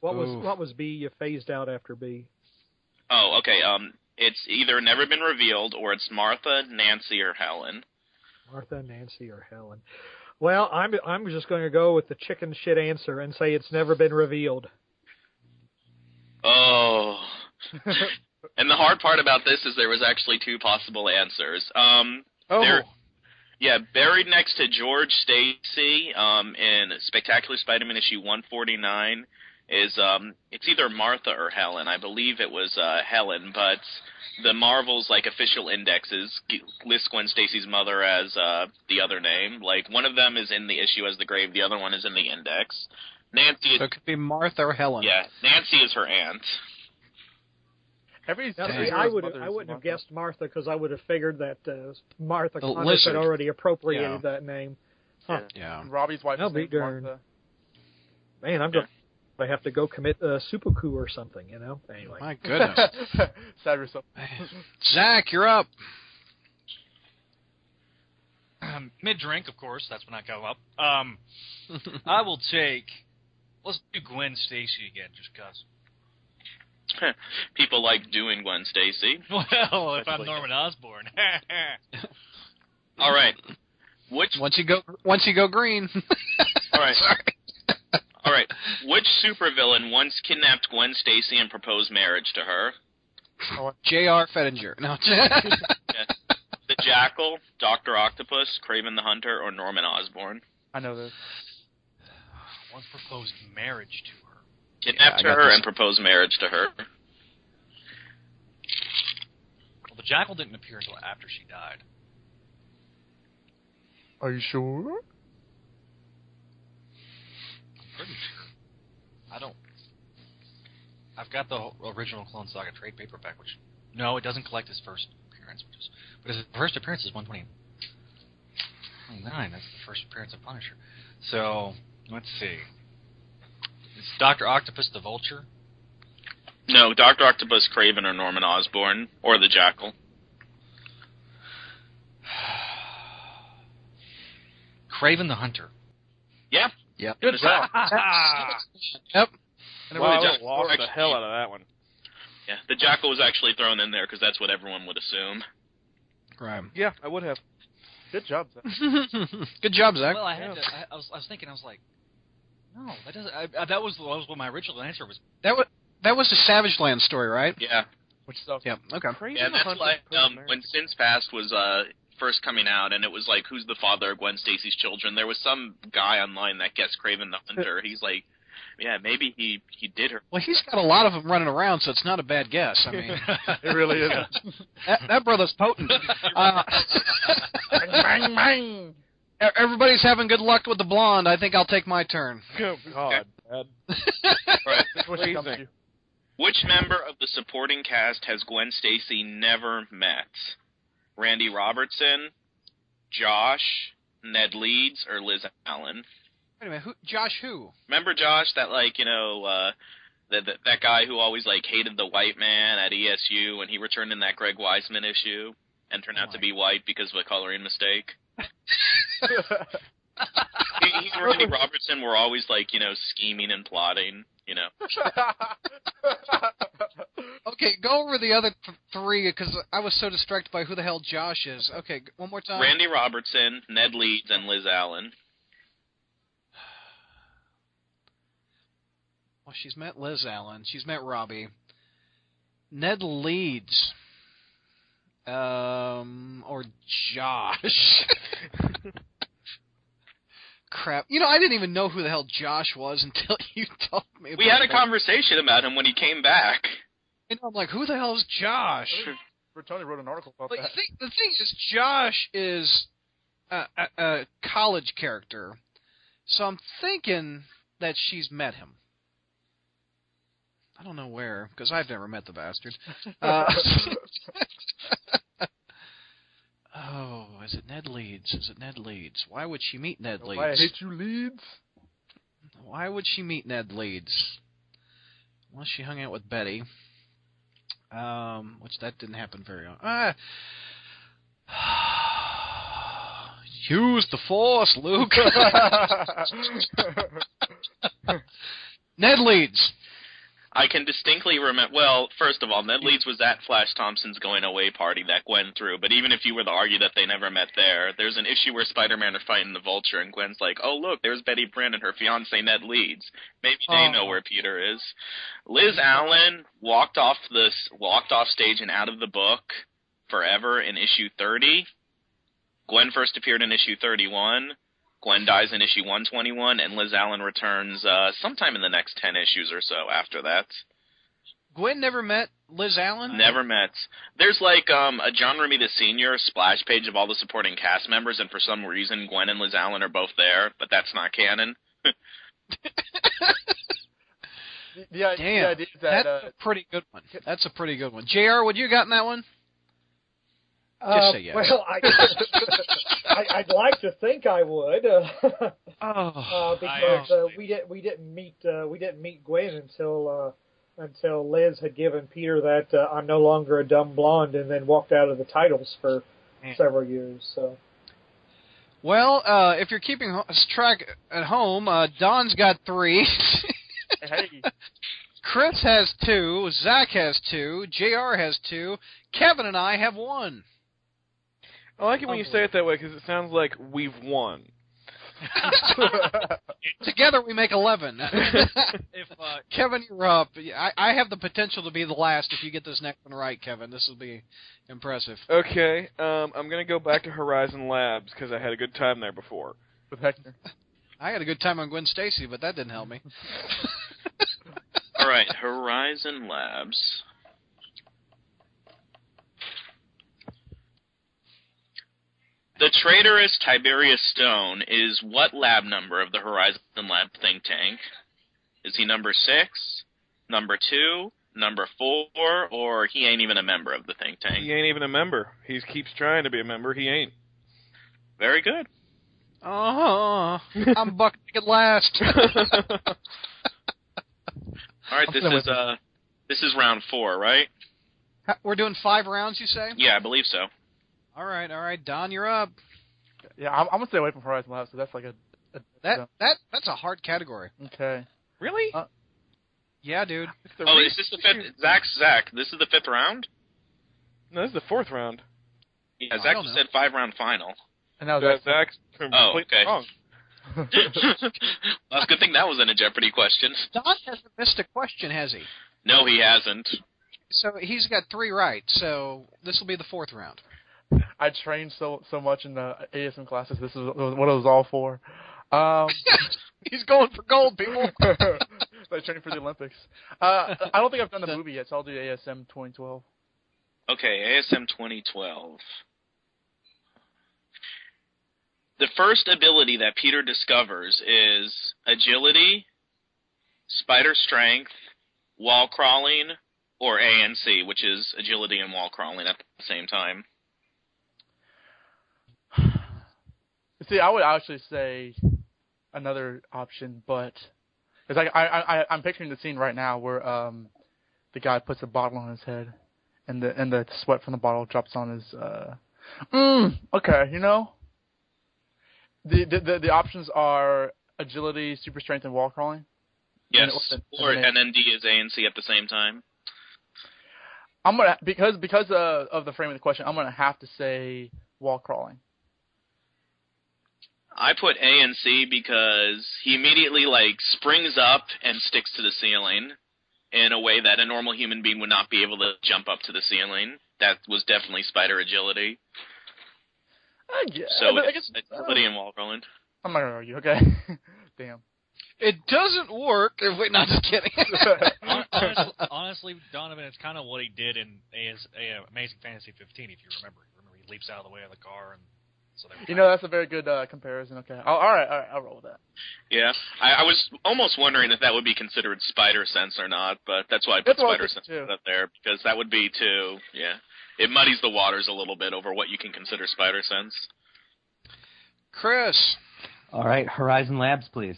S6: What was
S1: Oof.
S6: what was B? You phased out after B.
S8: Oh, okay. Um, It's either never been revealed or it's Martha, Nancy, or Helen.
S6: Martha, Nancy, or Helen. Well, I'm I'm just going to go with the chicken shit answer and say it's never
S1: (laughs)
S6: been revealed.
S8: Oh. and the hard part about this is there was actually two possible answers. Um,
S5: Oh.
S8: there- yeah, buried next to George Stacy um, in Spectacular Spider-Man issue 149 is um, it's either Martha or Helen. I believe it was uh, Helen, but the Marvel's like official indexes g- list Gwen Stacy's mother as uh, the other name. Like one of them is in the issue as the grave, the other one is in the index. Nancy is
S1: So it could be Martha or Helen.
S8: yeah, Nancy is her aunt. (laughs)
S5: Every
S6: Now,
S5: superhero's
S6: see, I would
S5: mother
S6: I
S5: is
S6: wouldn't
S5: Martha.
S6: have guessed Martha because I would have figured that uh, Martha
S1: The
S6: Connors
S1: lizard.
S6: had already appropriated
S1: Yeah.
S6: that name. Huh.
S1: Yeah.
S5: Robbie's wife
S6: I'll
S5: is
S6: be
S5: named
S6: darned.
S5: Martha.
S6: Man, I'm just I have to go commit uh, seppuku or something, you know. Anyway,
S1: My goodness.
S5: (laughs)
S6: (laughs)
S5: Sad yourself.
S1: Zach, you're up.
S3: Mid drink, Um, of course. That's when I go up.
S1: (laughs)
S3: Um, I will take. Let's do Gwen Stacy again, just cause. (laughs)
S8: People like doing Gwen Stacy.
S3: Well, if I'm Norman Osborn. (laughs)
S8: All right. Which
S1: Once you go, once you go
S3: (laughs)
S1: green.
S8: All
S1: (laughs)
S8: right.
S1: Sorry.
S8: all right, which supervillain once kidnapped Gwen Stacy and proposed marriage
S1: (laughs)
S8: to her?
S1: J.R. Oh, Fettinger. No. (laughs)
S8: The Jackal, Doctor Octopus, Craven the Hunter, or Norman Osborn?
S5: I know
S1: (laughs)
S5: this.
S3: Once proposed marriage to her.
S8: Kidnapped
S1: Yeah, I got
S8: her
S1: this.
S8: and proposed marriage to her.
S3: Well, the jackal didn't appear until after she died.
S5: Are you sure?
S3: Pretty sure. I don't. I've got the whole original Clone Saga trade paperback, which no, it doesn't collect his first appearance, which is, but his first appearance is 129. That's the first appearance of Punisher. So let's see. It's Doctor Octopus the Vulture.
S8: No, Doctor Octopus, Craven, or Norman Osborn, or the Jackal.
S3: Craven the Hunter.
S8: Yeah.
S5: Good job.
S8: Or
S2: Wow, I
S8: the
S2: would've
S8: Jackal-
S2: lost the
S8: actually-
S2: hell out of that one.
S8: Yeah, the Jackal was actually thrown in there because that's what everyone would assume.
S1: Right.
S2: Yeah, I would have.
S5: Good job. Zach.
S1: (laughs) (laughs) Good job, Zach.
S3: Well, I had to. I, I, was, I was thinking. I was like, no, that doesn't. I, I, that was that was what my original answer was.
S1: That was that was the Savage Land story, right?
S8: Yeah.
S5: Which sucks.
S1: Yeah. Okay.
S2: Crazy
S8: Yeah, that's like um, when Sins Past was uh, first coming out, and it was like, who's the father of Gwen Stacy's children? There was some guy online that guessed Craven the Hunter. He's like, yeah, maybe he he did her.
S1: Well, he's got a lot of them running around, so it's not a bad guess. I mean,
S5: (laughs) It really is.
S1: (laughs) that, that brother's potent. Uh,
S5: (laughs)
S1: (laughs)
S5: (laughs) bang, bang.
S1: e- everybody's having good luck with the blonde. I think I'll take my turn.
S2: Oh God, Ed.
S5: That's (laughs) what she comes
S2: Amazing.
S5: to.
S8: Which member of the supporting cast has Gwen Stacy never met? Randy Robertson, Josh, Ned Leeds, or Liz Allen?
S1: Wait a minute, who, Josh? Who?
S8: Remember Josh, that like you know, uh, that that that guy who always like hated the white man at E ESU, and he returned in that Greg Wiseman issue and turned out to be white because of a coloring mistake. he, he and Randy Robertson were always like you know scheming and plotting. You know,
S1: (laughs) Okay, go over the other th- three because I was so distracted by who the hell Josh is. Okay, g- one more time.
S8: Randy Robertson, Ned Leeds, and Liz Allen.
S1: Well, she's met Liz Allen. She's met Robbie. Ned Leeds. Um, or Josh. (laughs) Crap. You know, I didn't even know who the hell Josh was until (laughs) you told me.
S8: We
S1: about
S8: had a
S1: that.
S8: conversation about him when he came back.
S1: And I'm like, who the hell is Josh?
S5: Bertoni wrote an article about
S1: Like,
S5: that.
S1: the thing, the thing is, Josh is a, a, a college character, so I'm thinking that she's met him. I don't know where, because I've never met the bastard. Uh, (laughs) oh, is it Ned Leeds? Is it Ned Leeds? Why would she meet Ned
S5: Oh, I
S1: Leeds?
S5: hate you, Leeds.
S1: Why would she meet Ned Leeds? Well, she hung out with Betty, um, which that didn't happen very often. Ah. (sighs) Use the force,
S5: (laughs)
S1: Luke.
S5: I
S1: Ned Leeds.
S8: I can distinctly remember. Well, first of all, Ned Leeds was at Flash Thompson's going away party that Gwen threw. But even if you were to argue that they never met there, there's an issue where Spider-Man are fighting the Vulture, and Gwen's like, "Oh look, there's Betty Brant and her fiance Ned Leeds. Maybe they
S5: Oh.
S8: know where Peter is." Liz Allen walked off the walked off stage and out of the book forever in issue 30. Gwen first appeared in issue 31. Gwen dies in issue 121, and Liz Allen returns uh, sometime in the next 10 issues or so after that.
S1: Gwen never met Liz Allen.
S8: Never met. There's like um, a John Romita Sr. splash page of all the supporting cast members, and for some reason, Gwen and Liz Allen are both there, but that's not canon.
S5: The, the, i-
S1: Damn,
S5: the idea is that,
S1: that's
S5: uh,
S1: a pretty good one. That's a pretty good one. Jr., what you got in that one?
S5: Uh,
S1: Just say yes.
S6: Uh, Well, I, (laughs)
S1: (laughs)
S6: I, I'd like to think I would, (laughs) uh, uh, because uh, we did we didn't meet uh, we didn't meet Gwen until uh, until Liz had given Peter that uh, I'm no longer a dumb blonde, and then walked out of the titles for
S1: Man.
S6: several years. So
S1: Well, uh, if you're keeping ho- track at home, uh, Don's got three. (laughs)
S5: hey,
S1: Chris has two. Zach has two. Jr. has two. Kevin and I have one.
S2: I like it when you say it that way because it sounds like we've won.
S1: (laughs) Together we make
S2: (laughs)
S1: eleven.
S4: If uh,
S1: Kevin, you're up. I, I have the potential to be the last if you get this next one right, Kevin. This will be impressive.
S2: Okay, um, I'm gonna go back to Horizon Labs because I had a good time there before.
S5: with Hector.
S1: I had a good time on Gwen Stacy, but that didn't
S2: (laughs)
S1: help me.
S8: All right, Horizon Labs. The traitorous Tiberius Stone is what lab number of the Horizon Lab think tank? Is he number six, number two, number four, or he ain't even a member of the think tank?
S2: He ain't even a member. He keeps trying to be a member. He ain't.
S8: Very good.
S1: Oh, I'm buck naked last.
S2: (laughs)
S8: All right, this
S5: gonna
S8: is uh, this is round four, right?
S1: We're doing five rounds, you say?
S8: Yeah, I believe so.
S1: All right, all right, Don, you're up.
S5: Yeah, I'm, I'm gonna stay away from Horizon Labs because that's like a, a
S1: That
S5: Yeah.
S1: that that's a hard category.
S5: okay. Uh,
S2: Really?
S1: Yeah,
S5: (laughs)
S1: dude. (laughs)
S8: Oh, is this the fifth? Zach, Zach, this is the fifth round.
S2: No, this is the fourth round.
S8: Yeah,
S1: I
S8: Zach
S1: don't
S8: just
S1: know.
S8: said five round final.
S5: And that
S2: That
S5: was
S2: Zach's completely
S8: Oh, okay.
S2: wrong.
S8: well, that's a good thing that wasn't a Jeopardy question.
S1: Don hasn't missed a question, has he?
S8: No, he hasn't.
S1: So he's got three right. So this will be the fourth round.
S5: I trained so so much in the ASM classes. This is what it was all for. Um,
S1: (laughs) he's going for gold,
S5: (laughs)
S1: people.
S5: I trained for the Olympics. Uh, I don't think I've done the movie yet, so I'll do ASM 2012.
S8: Okay, ASM 2012. The first ability that Peter discovers is agility, spider strength, wall crawling, or ANC, which is agility and wall crawling at the same time.
S5: See, I would actually say another option, but because I, I I I'm picturing the scene right now where um the guy puts a bottle on his head, and the and the sweat from the bottle drops on his uh. Mm, okay, you know. The, the the the options are agility, super strength, and wall crawling.
S8: Yes,
S5: And it-
S8: or
S5: and it-
S8: NND is ANC at the same time.
S5: I'm gonna because because uh, of the frame of the question, I'm gonna have to say wall crawling.
S8: I put ANC because he immediately like springs up and sticks to the ceiling in a way that a normal human being would not be able to jump up to the ceiling. That was definitely spider agility.
S5: I guess,
S8: So
S5: but I uh,
S8: it's
S5: guess
S8: agility and wall rolling.
S5: I'm not gonna argue. Okay, (laughs) damn.
S1: It doesn't work. (laughs) If we, not just kidding.
S4: hon- honestly, honestly, Donovan, it's kind of what he did in AS, uh, Amazing Fantasy 15, if you remember. Remember, he leaps out of the way of the car, and so they
S5: (laughs)
S4: were
S5: you
S4: trying
S5: know that's a very good uh, comparison. Okay, I'll, all right, all right, I'll roll with that.
S8: Yeah, I, I was almost wondering if that would be considered spider sense or not, but that's why I put
S5: That's what I
S8: spider
S5: think,
S8: sense
S5: too.
S8: up there because that would be too. Yeah, it muddies the waters a little bit over what you can consider spider sense.
S1: Chris,
S7: All right, Horizon Labs, please.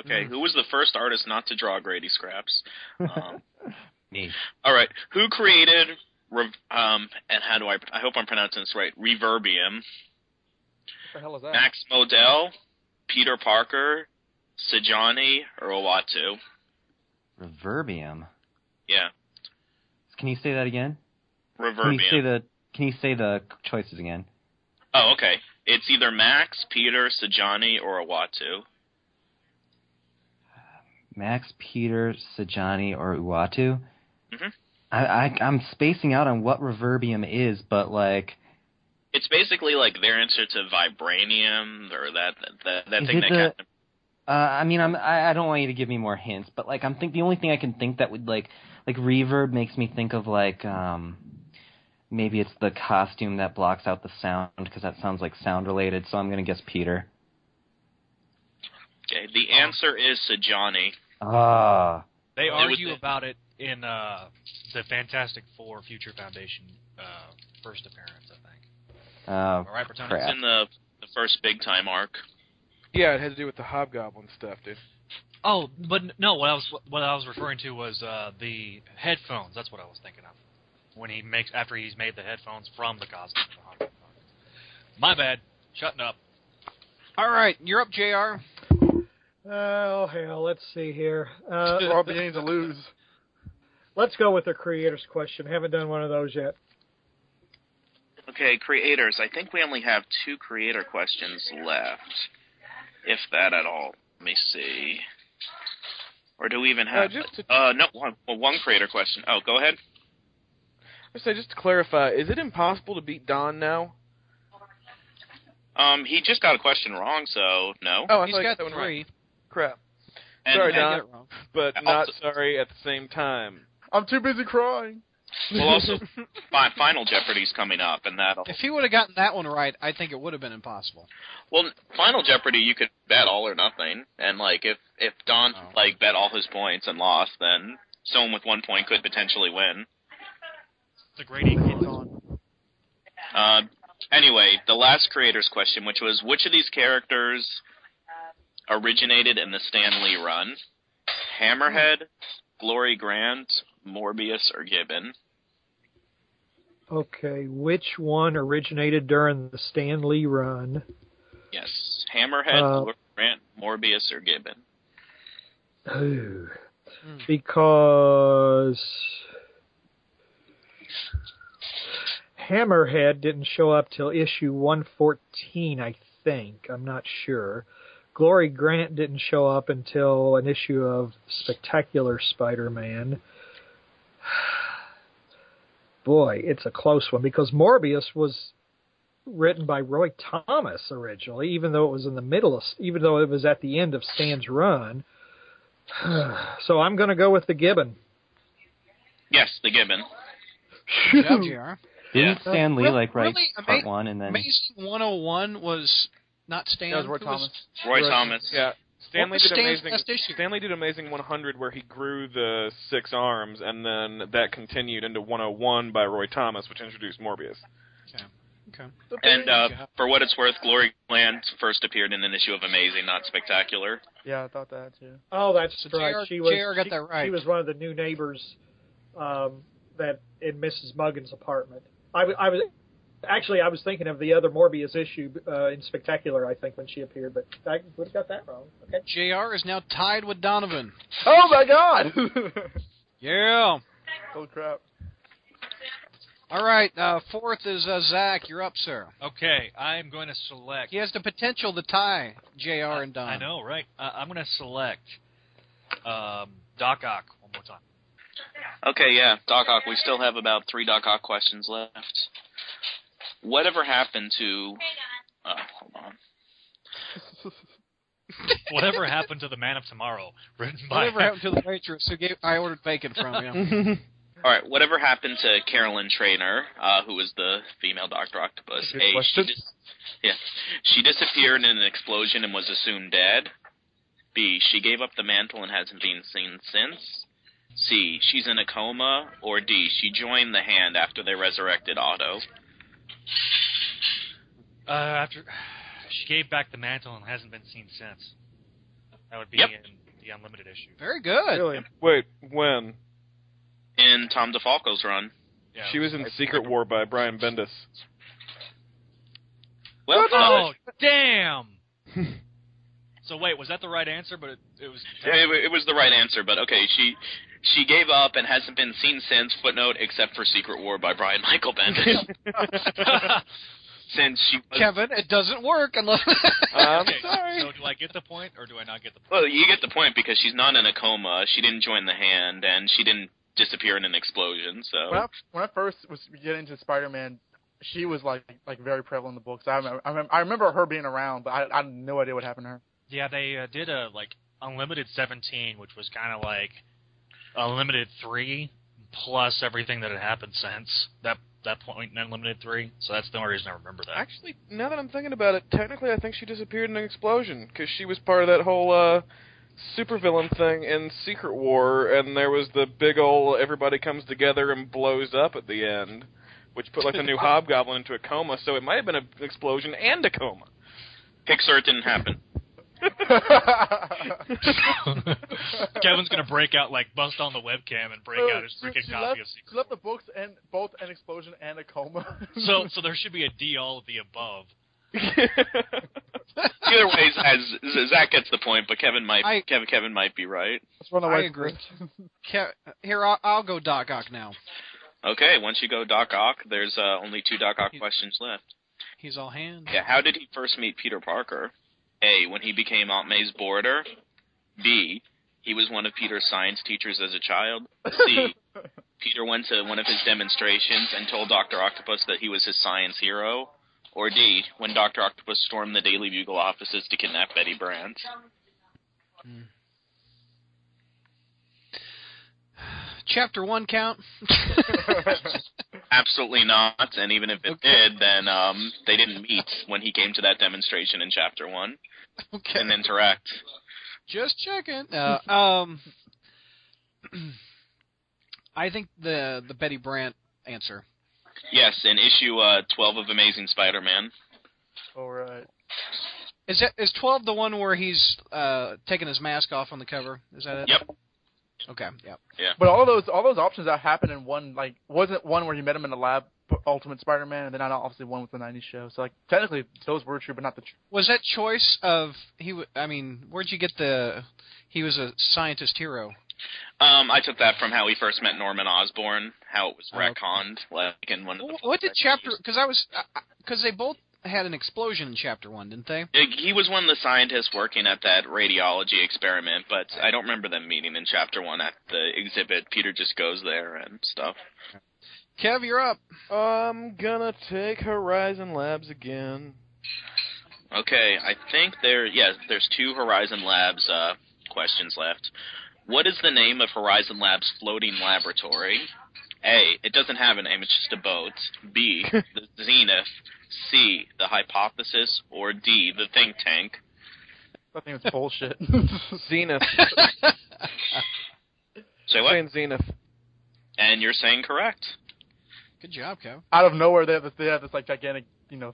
S8: Okay,
S7: Hmm.
S8: who was the first artist not to draw Grady Scraps? Um,
S7: (laughs) Me.
S8: All right. Who created Rev- um and how do I I hope I'm pronouncing this right. Reverbium.
S5: What the hell is that?
S8: Max Modell, Peter Parker, Sajani, or Owatu.
S7: Reverbium.
S8: Yeah.
S7: Can you say that again? Can you say
S8: Reverbium.
S7: the Can you say the choices again?
S8: Oh, okay. It's either Max, Peter, Sajani, or Awatu.
S7: Max, Peter, Sajani, or Uatu?
S8: Mhm.
S7: I, I I'm spacing out on what Reverbium is, but like,
S8: It's basically like their answer to vibranium or that that, that
S7: Is
S8: thing
S7: it
S8: that
S7: the-
S8: Captain
S7: uh, I mean, I'm I, I don't want you to give me more hints, but like, I'm think the only thing I can think that would like like reverb makes me think of like um maybe it's the costume that blocks out the sound because that sounds like sound related. So I'm gonna guess Peter.
S8: Okay, the answer is Sajani.
S7: Ah,
S4: They
S8: It was
S4: argue
S8: the-
S4: about it in uh, the Fantastic Four Future Foundation uh, first appearance, I think.
S7: uh,
S4: All right, Bertone?
S7: crap.
S8: It's in the the first big time arc.
S2: Yeah, it had to do with the hobgoblin stuff, dude.
S4: Oh, but n- no, what I was what I was referring to was uh, the headphones. That's what I was thinking of. When he makes after he's made the headphones from the costume. of the Hanukkah. My bad. Shutting up.
S1: All right, you're up, JR.
S6: Oh hell, let's see here. Uh,
S5: We're all beginning to lose.
S6: let's go with the creator's question. Haven't done one of those yet.
S8: Okay, creators. I think we only have two creator questions left, if that at all. Let me see. Or do we even
S2: Uh,
S8: have?
S2: just to
S8: Uh, no, one, well, one creator question. Oh, go ahead.
S2: just to- just to clarify, is it impossible to beat Don now?
S8: Um, he just got a question wrong, so no.
S2: Oh, I
S1: He's
S2: thought you
S1: got
S2: got that one
S1: three.
S2: right. Crap,
S8: And-
S2: sorry,
S1: Yeah, you
S8: and-
S1: got
S2: Don.
S1: it wrong.
S2: but
S8: Also-
S2: not sorry at the same time.
S5: I'm too busy crying.
S2: (laughs)
S8: Well, also, fi- Final Jeopardy's coming up, and that'll.
S1: (laughs) If he would have gotten that one right, I think it would have been impossible.
S8: Well, Final Jeopardy, you could bet all or nothing, and like if if Don
S4: Oh.
S8: like bet all his points and lost, then someone with one point could potentially win.
S4: The grading on.
S8: Uh, anyway, the last creator's question, which was which of these characters originated in the Stan Lee run? Hammerhead, Glory Grant, Morbius, or Gibbon?
S6: Okay, which one originated during the Stan Lee run?
S8: Yes, Hammerhead,
S6: Uh,
S8: Glory Grant, Morbius, or Gibbon.
S6: Ooh. Because Hammerhead didn't show up till issue 114, I think. I'm not sure. Glory Grant didn't show up until an issue of Spectacular Spider Man. (sighs) Boy, it's a close one because Morbius was written by Roy Thomas originally, even though it was in the middle of, even though it was at the end of Stan's run. (sighs) So I'm going to go with the Gibbon.
S8: Yes, the Gibbon.
S1: Good job, JR.
S7: Didn't Stan Lee
S1: Really-
S7: like write
S1: really ama-
S7: part one and then
S1: Amazing 101 was not Stan.
S5: That was Roy
S1: Who
S5: Thomas.
S8: Roy
S1: Right.
S8: Thomas.
S2: Yeah, Stanley
S1: was
S2: did
S1: Stan's
S2: amazing.
S1: best issue?
S2: Stanley did amazing 100, where he grew the six arms, and then that continued into 101 by Roy Thomas, which introduced Morbius.
S8: And uh,
S1: Yeah.
S8: for what it's worth, Glory Land first appeared in an issue of Amazing, not Spectacular.
S5: Yeah, I thought that too.
S6: Oh, that's
S1: So
S6: right.
S1: JR
S6: she was.
S1: JR got
S6: she,
S1: that right.
S6: She was one of the new neighbors um, that in Mrs. Muggins' apartment. I, w- I was actually I was thinking of the other Morbius issue uh, in Spectacular. I think when she appeared, but I would have got that wrong. Okay.
S1: JR is now tied with Donovan.
S5: Oh my god! (laughs)
S1: Yeah.
S5: oh crap.
S1: All right. Uh, fourth is uh, Zach. You're up, sir.
S4: Okay, I'm going to select.
S1: He has the potential to tie JR
S4: I-
S1: and Don.
S4: I know, right? Uh, I'm going to select um, Doc Ock one more
S1: (laughs)
S4: time.
S8: Okay, yeah, Doc Ock. We still have about three Doc Ock questions left. Whatever happened to? Uh, hold on.
S4: Whatever happened to the Man of Tomorrow, written by
S1: Whatever happened to the waitress who gave I ordered bacon from you?
S4: (laughs)
S8: All right, whatever happened to Carolyn Trainer, uh, who was the female Doctor Octopus?
S5: Good
S8: A, she
S5: question.
S8: dis- yeah, she disappeared in an explosion and was assumed dead. B, she gave up the mantle and hasn't been seen since. C, she's in a coma. Or D, she joined the Hand after they resurrected Otto.
S4: Uh, after (sighs) she gave back the mantle and hasn't been seen since. That would be
S8: Yep.
S4: in the Unlimited issue.
S1: Very good.
S5: Really?
S2: Wait, when?
S8: In Tom DeFalco's run.
S4: Yeah.
S2: She was in Secret War by Brian Bendis.
S8: Well, (laughs)
S4: Oh damn! So wait, was that the right answer? But it, it was.
S8: Yeah, It, wa- it was the right answer, but okay, she she gave up and hasn't been seen since. Footnote, except for Secret War by Brian Michael Bendis,
S4: (laughs)
S8: since she was
S1: Kevin, it doesn't work unless. (laughs)
S2: Um,
S4: okay, so do I get the point or do I not get the point?
S8: Well, you get the point because she's not in a coma. She didn't join the hand, and she didn't disappear in an explosion. So
S5: When I, when I first was getting into Spider-Man, she was like like very prevalent in the books. I remember, I remember, I remember her being around, but I, I had no idea what happened
S8: (laughs)
S5: to her.
S4: Yeah, they uh, did a like unlimited 17, which was kind of like unlimited three plus everything that had happened since that that point in unlimited three. So that's the only reason I remember that.
S2: Actually, now that I'm thinking about it, technically I think she disappeared in an explosion because she was part of that whole uh supervillain thing in Secret War, and there was the big ol' everybody comes together and blows up at the end, which put like
S8: (laughs)
S2: the new Hobgoblin into a coma. So it might have been an explosion and a coma.
S8: Pixar didn't happen.
S4: (laughs) Kevin's gonna break out like bust on the webcam and break out his
S5: She-
S4: freaking
S5: she
S4: copy
S5: left,
S4: of
S5: She
S4: Secret.
S5: left the books and both an explosion and a coma. (laughs)
S4: So so there should be a D all of the above.
S8: (laughs) Either way, Z- Z- Zach gets the point, but Kevin might
S1: I-
S8: Kevin Kevin might be right.
S5: Let's run away.
S1: I agree. Ke- here, I'll, I'll go Doc Ock now.
S8: Okay, once you go Doc Ock, there's uh, only two Doc Ock questions left.
S1: He's all hands.
S8: Yeah, how did he first meet Peter Parker? A. When he became Aunt May's boarder. B. He was one of Peter's science teachers as a child. C. Peter went to one of his demonstrations and told Dr. Octopus that he was his science hero. Or D. When Dr. Octopus stormed the Daily Bugle offices to kidnap Betty Brant.
S1: Chapter one
S5: (laughs)
S1: count.
S8: Absolutely not. And even if it
S1: Okay.
S8: did, then um, they didn't meet when he came to that demonstration in Chapter 1
S1: okay.
S8: and interact.
S1: Just checking. Uh, um, (clears throat) I think the the Betty Brant answer.
S8: Yes, in issue uh, 12 of Amazing Spider Man.
S5: All right.
S1: Is that is twelve the one where he's uh, taking his mask off on the cover? Is that it?
S8: Yep.
S1: Okay. Yep.
S5: But all those all those options that happened in one like wasn't one where you met him in the lab, but Ultimate Spider-Man, and then I obviously one with the '90s show. So like technically those were true, but not the true.
S1: Was that choice of he? W- I mean, where'd you get the? He was a scientist hero.
S8: Um, I took that from how we first met Norman Osborn, how it was
S1: Oh, okay.
S8: retconned, like in one of the.
S1: Wh- What did chapter? Because I was because they both had an explosion in chapter one, didn't they?
S8: He was one of the scientists working at that radiology experiment, but I don't remember them meeting in chapter one at the exhibit. Peter just goes there and stuff.
S1: Kev, you're up.
S2: I'm gonna take Horizon Labs again.
S8: Okay, I think there. Yes, there's two Horizon Labs uh, questions left. What is the name of Horizon Labs' floating laboratory? A. It doesn't have a name. It's just a boat. B. The Zenith. C. The Hypothesis. Or D. The Think Tank.
S5: I think it's bullshit.
S8: (laughs)
S2: Zenith.
S8: Say what?
S2: Saying Zenith.
S8: And you're saying correct.
S1: Good job, Kev.
S5: Out of nowhere, they have this they have this like gigantic you know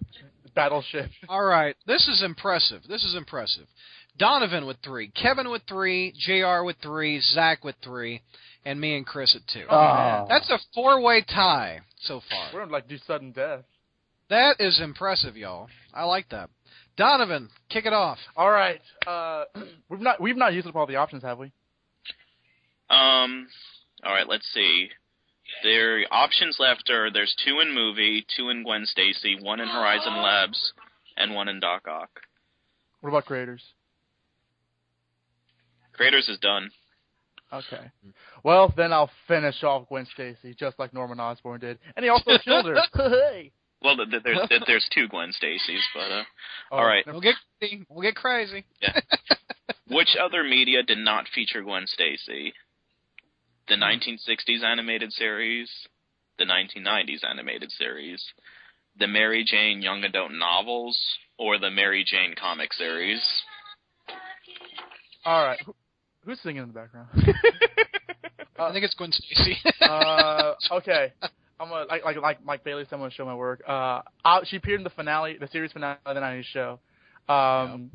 S5: battleship. (laughs)
S1: All right. This is impressive. This is impressive. Donovan with three, Kevin with three, JR with three, Zach with three, and me and Chris at two.
S5: Ah.
S1: That's a four way tie so
S5: We're
S1: far.
S5: gonna like do sudden death.
S1: That is impressive, y'all. I like that. Donovan, kick it off.
S5: All right. Uh, (clears throat) we've not we've not used up all the options, have we?
S8: Um. All right. Let's see. There options left are there's two in movie, two in Gwen Stacy, one in Horizon Labs, and one in Doc Ock.
S5: What about creators?
S8: Creators is done.
S5: Okay. Well, then I'll finish off Gwen Stacy just like Norman Osborn did, and he also killed
S4: (laughs)
S5: her. hey.
S8: Well, th- th- there's th- there's two Gwen Stacy's, but uh,
S5: Oh,
S8: All right.
S5: never-
S1: We'll get crazy. We'll get crazy. (laughs)
S8: which other media did not feature Gwen Stacy? The 1960s animated series, the 1990s animated series, the Mary Jane young adult novels, or the Mary Jane comic series.
S5: All right. Who, who's singing in
S1: (laughs)
S5: the background?
S1: I think it's Gwen Stacy. (laughs)
S5: uh, okay. I'm gonna like like like Mike Bailey. Someone show my work. Uh, I, she appeared in the finale, the series finale of the '90s show. Um,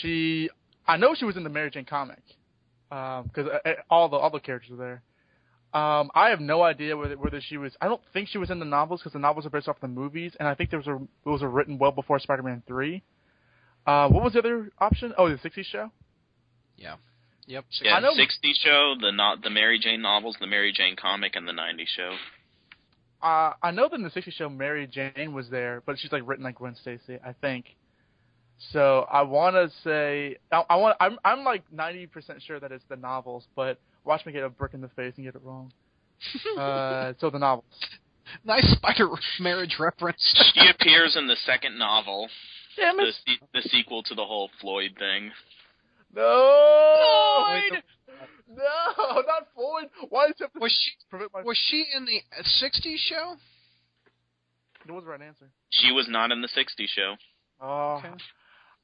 S5: she, I know she was in the Mary Jane comic, um, because uh, uh, all the all the characters were there. Um, I have no idea whether, whether she was. I don't think she was in the novels because the novels are based off the movies, and I think there was a it was a written well before Spider-Man three. Uh, what was the other option? Oh, the '60s show.
S1: Yeah. Yep.
S8: Yeah,
S5: I know-
S8: the 60s show, the not the Mary Jane novels, the Mary Jane comic, and the 90s show.
S5: Uh, I know that in the '60s show, Mary Jane was there, but she's like written like Gwen Stacy, I think. So I want to say I, I want I'm I'm like 90% sure that it's the novels, but watch me get a brick in the face and get it
S1: (laughs)
S5: wrong. uh, so the novels.
S1: Nice spider marriage reference.
S5: (laughs)
S8: She appears in the second novel,
S5: Damn
S8: the,
S5: it!
S8: se- the sequel to the whole Floyd thing.
S5: No. No, not Floyd. Why does he have to
S1: Was she
S5: prevent my?
S1: was she in the uh, '60s show?
S5: That was the right answer.
S8: She was not in the 60s show.
S5: Oh,
S1: Okay.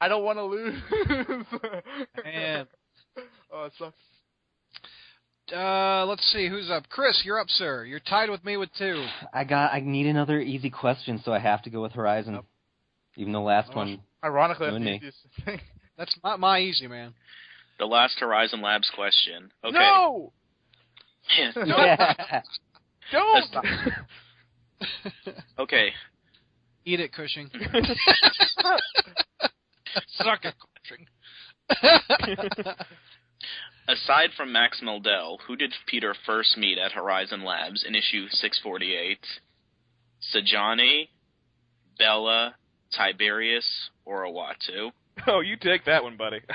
S5: I don't want to lose. (laughs)
S1: Man.
S5: Oh, it sucks.
S1: Uh, let's see who's up. Chris, you're up, sir. You're tied with me with two.
S7: I got. I need another easy question, so I have to go with Horizon.
S5: Yep.
S7: Even the last
S1: (laughs)
S5: Oh,
S7: one.
S5: Ironically,
S7: You
S5: that's
S7: and
S5: the
S7: me.
S5: easiest thing.
S1: That's not my easy man.
S8: The last Horizon Labs question. Okay. (laughs)
S5: No, (laughs)
S7: Yeah.
S5: don't.
S1: (laughs)
S8: okay.
S1: Eat it,
S8: (laughs)
S1: Cushing.
S4: Suck it,
S8: (laughs)
S4: Cushing.
S8: (laughs) Aside from Max Meldell, who did Peter first meet at Horizon Labs in issue 648? Sajani, Bella, Tiberius, or Owatu?
S2: (laughs) Oh, you take that one, buddy. (laughs)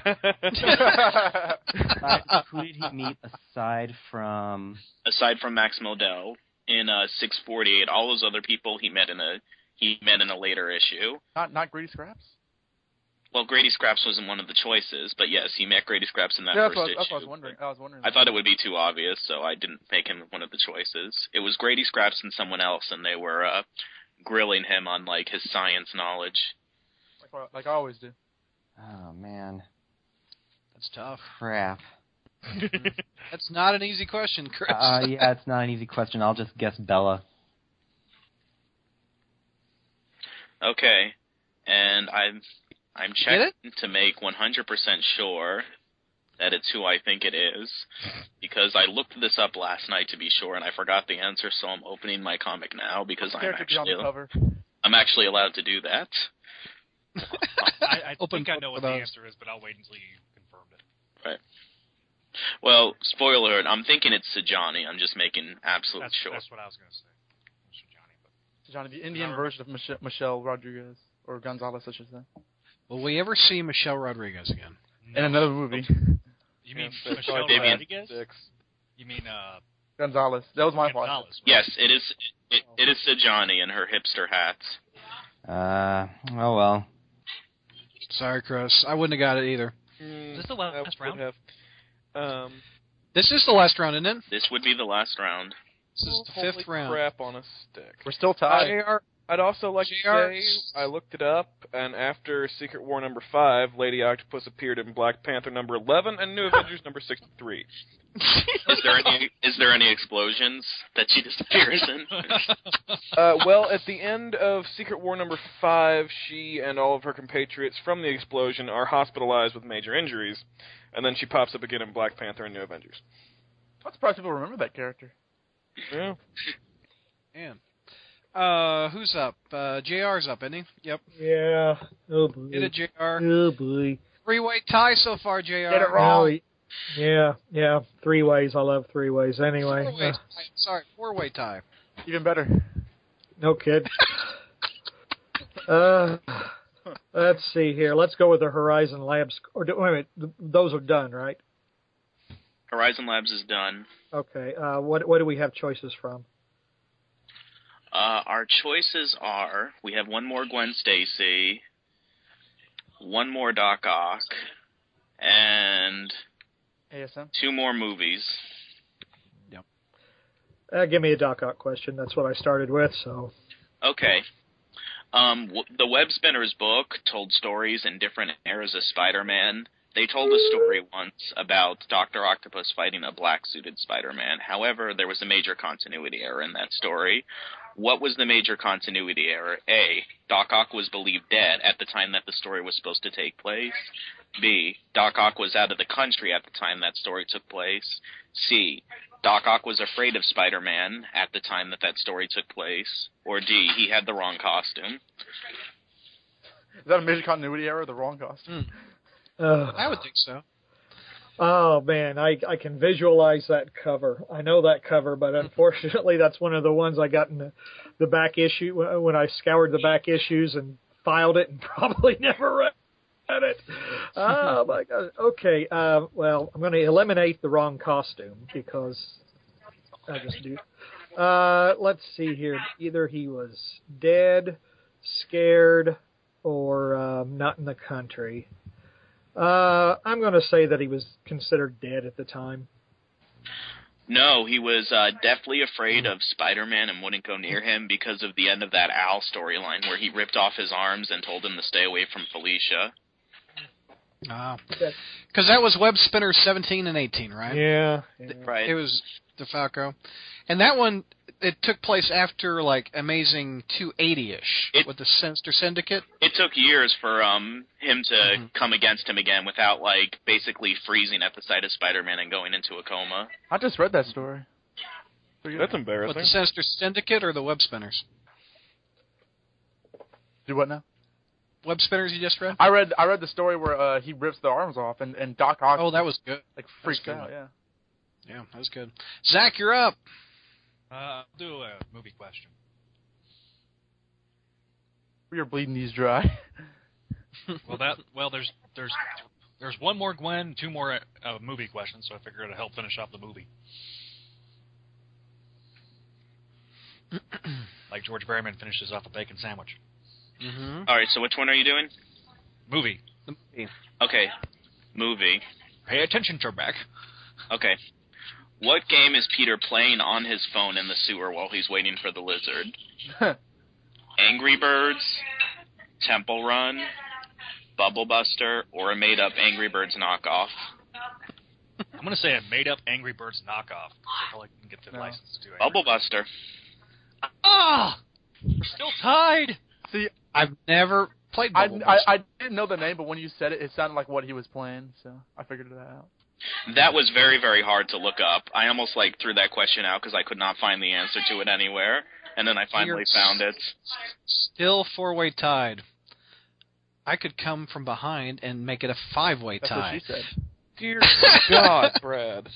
S7: Uh, who did he meet aside from?
S8: Aside from Max Meldell, in uh, 648, all those other people he met in a he met in a later issue.
S5: not not greedy scraps.
S8: Well, Grady Scraps wasn't one of the choices, but yes, he met Grady Scraps in that
S5: yeah, that's
S8: first
S5: what, I was-
S8: issue.
S5: that's what I was wondering. I was wondering.
S8: I thought it would be too obvious, so I didn't make him one of the choices. It was Grady Scraps and someone else, and they were uh, grilling him on like his science knowledge.
S5: like, what- like I always do.
S7: Oh man,
S1: That's tough.
S7: crap.
S1: That's not an easy question, Chris.
S7: Uh, yeah, it's not an easy question. I'll just guess
S8: (laughs)
S7: Bella.
S8: Okay, and I'm I'm
S1: Get
S8: checking to make 100% sure that it's who I think it is, because I looked this up last night to be sure, and I forgot the answer, so I'm opening my comic now because I'm
S5: Character be on
S8: actually
S5: the cover.
S8: I'm actually allowed to do that.
S4: (laughs) I, I
S1: Open
S4: think I know
S1: book
S4: what the
S1: for those.
S4: answer is, but I'll wait until you confirmed it.
S8: Well, spoiler, alert, I'm thinking it's Sajani. I'm just making absolute
S4: That's,
S8: sure.
S4: that's what I was going to say. Mr. Johnny, but
S5: Johnny, the Indian version of Michelle, Michelle Rodriguez or Gonzalez, I should say,
S1: Will we ever see Michelle Rodriguez again?
S5: in another movie.
S4: You mean
S2: Yeah,
S4: Michelle
S8: Fabian.
S4: Rodriguez?
S2: Six.
S4: You mean uh,
S5: Gonzalez. That was my fault.
S4: Gonzalez? right?
S8: Yes, it is. It, it is Sajani and her hipster hats.
S7: Uh, oh well.
S1: Sorry, Chris. I wouldn't have got it either.
S2: Mm,
S4: Is this the
S2: I
S4: last
S2: would
S4: round?
S2: have- Um,
S1: This is the last round, isn't it?
S8: This would be the last round.
S1: This is the
S2: holy
S1: fifth round.
S2: Crap on a stick.
S5: We're still tied.
S1: Uh,
S2: I, would also like
S1: JR
S2: to say I looked it up, and after Secret War number five, Lady Octopus appeared in Black Panther number eleven
S1: (laughs)
S2: and New Avengers number sixty-three.
S8: Is there any? Is there any explosions that she disappears in?
S2: Uh, well, at the end of Secret War number five, she and all of her compatriots from the explosion are hospitalized with major injuries, and then she pops up again in Black Panther and New Avengers.
S5: I'm surprised people remember that character.
S2: Yeah.
S1: Man. Uh, who's up? Uh, JR's up, isn't he? Yep.
S6: Yeah. Oh boy.
S1: Get it, JR.
S6: Oh boy.
S1: Three-way tie so far, JR.
S5: Get it wrong.
S6: Now he- yeah, yeah. Three ways. I love three ways. Anyway,
S1: Four-way
S6: Uh,
S1: tie. Sorry, four-way tie.
S5: Even better.
S6: no kid. uh, let's see here. Let's go with the Horizon Labs. Or do, wait a minute. Th- Those are done, right?
S8: Horizon Labs is done.
S6: Okay. Uh, what what do we have choices from?
S8: Uh, our choices are: we have one more Gwen Stacy, one more Doc Ock, and
S5: ASM.
S8: two more movies.
S6: Uh, give me a Doc Ock question. That's what I started with. So
S8: Okay. Um, w- the Web Spinners book told stories in different eras of Spider-Man. They told a story once about Doctor Octopus fighting a black-suited Spider-Man. However, there was a major continuity error in that story. What was the major continuity error? A. Doc Ock was believed dead at the time that the story was supposed to take place. B. Doc Ock was out of the country at the time that story took place. C. Doc Ock was afraid of Spider Man at the time that that story took place, or D, he had the wrong costume.
S5: Is that a major continuity error? The wrong costume.
S6: Ugh.
S1: (sighs) I would think so.
S6: Uh, Oh man, I I can visualize that cover. I know that cover, but unfortunately, that's one of the ones I got in the, the back issue when I scoured the back issues and filed it and probably never read it.
S4: (laughs)
S6: (laughs) Oh my god. Okay. Uh, well, I'm going to eliminate the wrong costume because I just do. Uh, let's see here. Either he was dead, scared, or um, not in the country. Uh, I'm going to say that he was considered dead at the time.
S8: No, he was uh, deathly afraid of Spider Man and wouldn't go near him because of the end of that Al storyline where he ripped off his arms and told him to stay away from Felicia.
S6: That-
S1: Because that was Web Spinner 17 and 18, right?
S6: Yeah.
S1: It
S8: Right.
S1: was DeFalco. And that one, it took place after, like, Amazing 280 ish
S8: It-
S1: with the Sinister Syndicate.
S8: It took years for um him to
S1: Mhm.
S8: come against him again without like basically freezing at the sight of Spider Man and going into a coma.
S5: I just read that story.
S2: That's
S1: With the
S2: embarrassing.
S1: Sinister Syndicate or the Web Spinners?
S5: Do what now?
S1: Web Spinners you just read?
S5: I read I read the story where uh, he rips the arms off and, and Doc Ock
S1: Oh, that was good.
S5: like freaks
S1: good.
S5: out. Yeah.
S1: Yeah, that was good. Zach, you're up.
S4: Uh, I'll do a movie question.
S5: We are bleeding these dry. (laughs)
S4: Well, that well, there's there's there's one more Gwen, two more uh, movie questions, so I figure it'll help finish off the movie. like George Berryman finishes off a bacon sandwich.
S1: Mm-hmm.
S8: All right, so which one are you doing?
S4: Movie.
S8: Okay, movie.
S4: Pay attention, Trebek.
S8: Okay. What game is Peter playing on his phone in the sewer while he's waiting for the lizard? Angry Birds, Temple Run, Bubble Buster, or a made up Angry Birds knockoff?
S4: I'm gonna say a made up Angry Birds knockoff. 'cause I probably can get the
S5: No.
S4: license to do it.
S8: Bubble Buster.
S4: Ah, we're still tied.
S5: See,
S1: I've never played
S5: I,
S1: Bubble
S5: I
S1: Buster.
S5: I didn't know the name, but when you said it, it sounded like what he was playing, so I figured that out.
S8: That was very, very hard to look up. I almost like threw that question out because I could not find the answer to it anywhere. And then I
S1: You're-
S8: finally found it.
S1: Still four way tied. I could come from behind and make it a five way
S5: That's
S1: tie. (laughs)
S5: what she said.
S2: Dear God, Brad.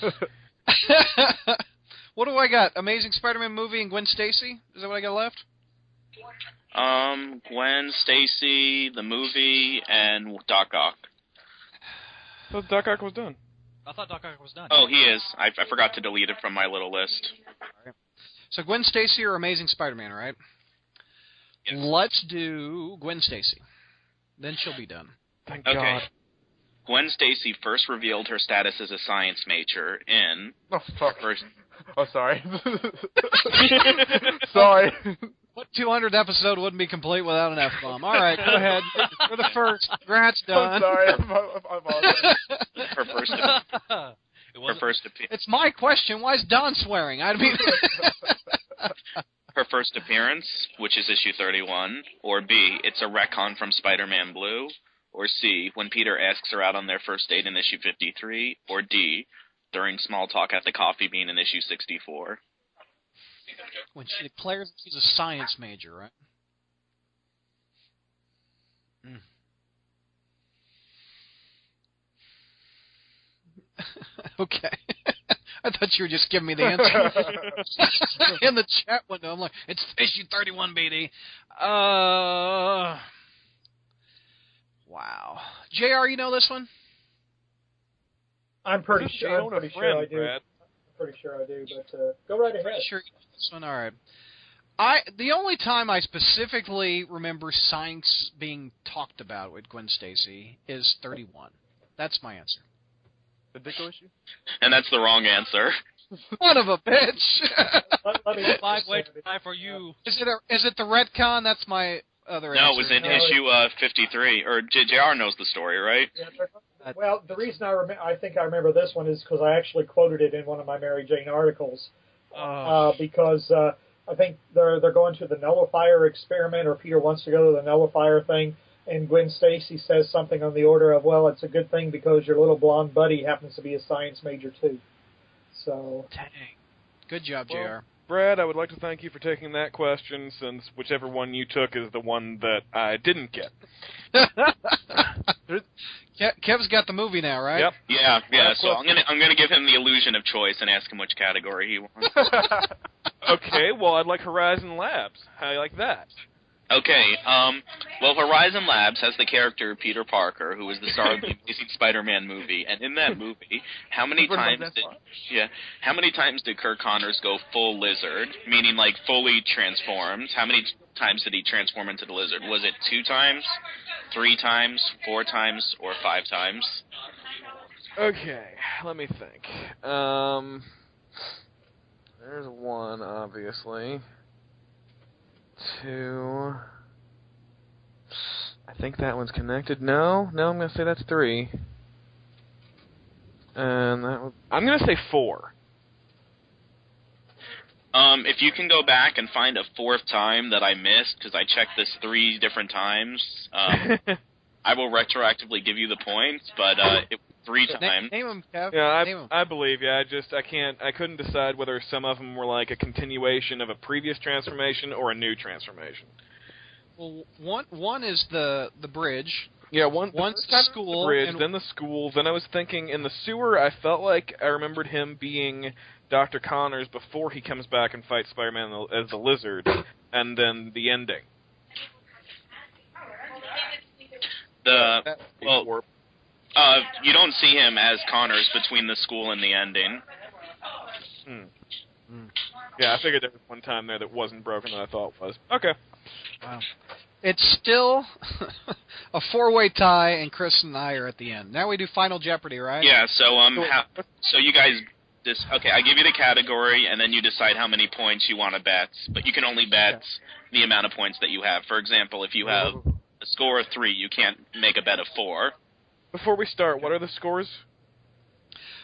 S1: (laughs) what do I got? Amazing Spider-Man movie and Gwen Stacy. Is that what I got left?
S8: Um, Gwen, Stacy, the movie, and Doc Ock.
S2: So Doc Ock was done.
S4: I thought Doc Ock was done.
S8: Oh, he is. I, I forgot to delete it from my little list.
S1: So Gwen Stacy or Amazing Spider-Man, right?
S8: Yes.
S1: Let's do Gwen Stacy. Then she'll be done.
S2: Thank
S8: Okay.
S2: God.
S8: Gwen Stacy first revealed her status as a science major in
S5: Oh fuck.
S8: first.
S5: Oh sorry.
S1: (laughs)
S5: sorry.
S1: What 200 episode wouldn't be complete without an F bomb? All right, go ahead.
S5: (laughs)
S1: For the first, congrats,
S5: I'm
S1: Don. (laughs)
S5: sorry. I apologize.
S8: Her first,
S4: it
S8: her
S4: wasn't.
S8: first, appe-
S1: it's my question. Why is Don swearing? I
S5: (laughs)
S1: mean,
S8: her first appearance, which is issue 31, or B, it's a retcon from Spider-Man Blue, or C, when Peter asks her out on their first date in issue 53, or D, during small talk at the coffee bean in issue 64.
S1: when she declares she's a science major, right? Mm. okay. I thought you were just giving me the answer (laughs) in the chat window. I'm like, it's issue 31, BD. Uh, wow. JR, you know this one?
S6: I'm pretty
S2: Just
S6: sure. I'm
S2: own a
S6: pretty
S2: friend,
S6: sure I do.
S2: Brad.
S6: I'm pretty sure I do. But uh, go right ahead.
S1: Pretty sure you know this one. All right. I the only time I specifically remember science being talked about with Gwen Stacy is 31. That's my answer.
S5: the Dicko issue.
S8: And that's the wrong answer.
S1: One of a bitch.
S6: Let,
S1: (laughs)
S6: let me
S4: Five way
S6: understand it.
S4: tie for you.
S1: is it a, is it the retcon? That's my other
S8: No,
S1: answer.
S8: it was in
S6: No, it's-
S8: issue uh, 53, or J- JR knows the story, right?
S6: Yeah, they're- Well, the reason I remember, I think I remember this one is because I actually quoted it in one of my Mary Jane articles. Uh, because uh, I think they're they're going to the nullifier experiment, or Peter wants to go to the nullifier thing, and Gwen Stacy says something on the order of, "Well, it's a good thing because your little blonde buddy happens to be a science major too." So
S1: Dang. Good job,
S2: Well,
S1: Jr.
S2: Brad, I would like to thank you for taking that question, since whichever one you took is the one that I didn't get.
S1: (laughs) Ke- Kev's got the movie now, right?
S2: Yep.
S8: Yeah, yeah.
S2: Last
S8: So I'm
S2: question.
S8: gonna I'm gonna give him the illusion of choice and ask him which category he wants.
S2: (laughs) Okay, well, I'd like Horizon Labs. How do you like that?
S8: Okay. Um, well, Horizon Labs has the character Peter Parker, who is the star of the Amazing Spider-Man movie, and in that movie, how many
S5: We're not
S8: times
S5: that
S8: did
S5: far.
S8: yeah, how many times did Kirk Connors go full lizard, meaning like fully transformed? How many times did he transform into the lizard? Was it two times, three times, four times, or five times?
S2: Okay, let me think. Um, there's one, obviously. Two. I think that one's connected. No, no, I'm gonna say that's three. And that would, I'm gonna say four. (laughs)
S8: Um, if you can go back and find a fourth time that I missed, because I checked this three different times,
S2: (laughs)
S8: um, I will retroactively give you the points. But uh, it, three
S1: Na-
S8: times.
S1: name him, Kev.
S2: Yeah,
S1: name him.
S2: I, I believe. Yeah, I just I can't I couldn't decide whether some of them were like a continuation of a previous transformation or a new transformation.
S1: Well, one one is the the bridge.
S2: Yeah, one the
S1: Once
S2: first time it was
S1: school
S2: the bridge,
S1: and-
S2: then the school. Then I was thinking in the sewer. I felt like I remembered him being Doctor Connors before he comes back and fights Spider-Man as the Lizard, and then the ending.
S8: The
S2: That's the
S8: well-
S2: warp.
S8: Uh, you don't see him as Connors between the school and the ending.
S2: Hmm.
S1: Hmm.
S2: yeah, I figured there was one time there that wasn't broken that I thought was okay.
S1: It's still (laughs) a four way tie, and Chris and I are at the end. Now we do Final Jeopardy, right?
S8: Yeah. So um, how, so you guys, this okay? I give you the category, and then you decide how many points you want to bet. But you can only bet the amount of points that you have. For example, if you have a score of three, you can't make a bet of four.
S2: Before we start, what are the scores?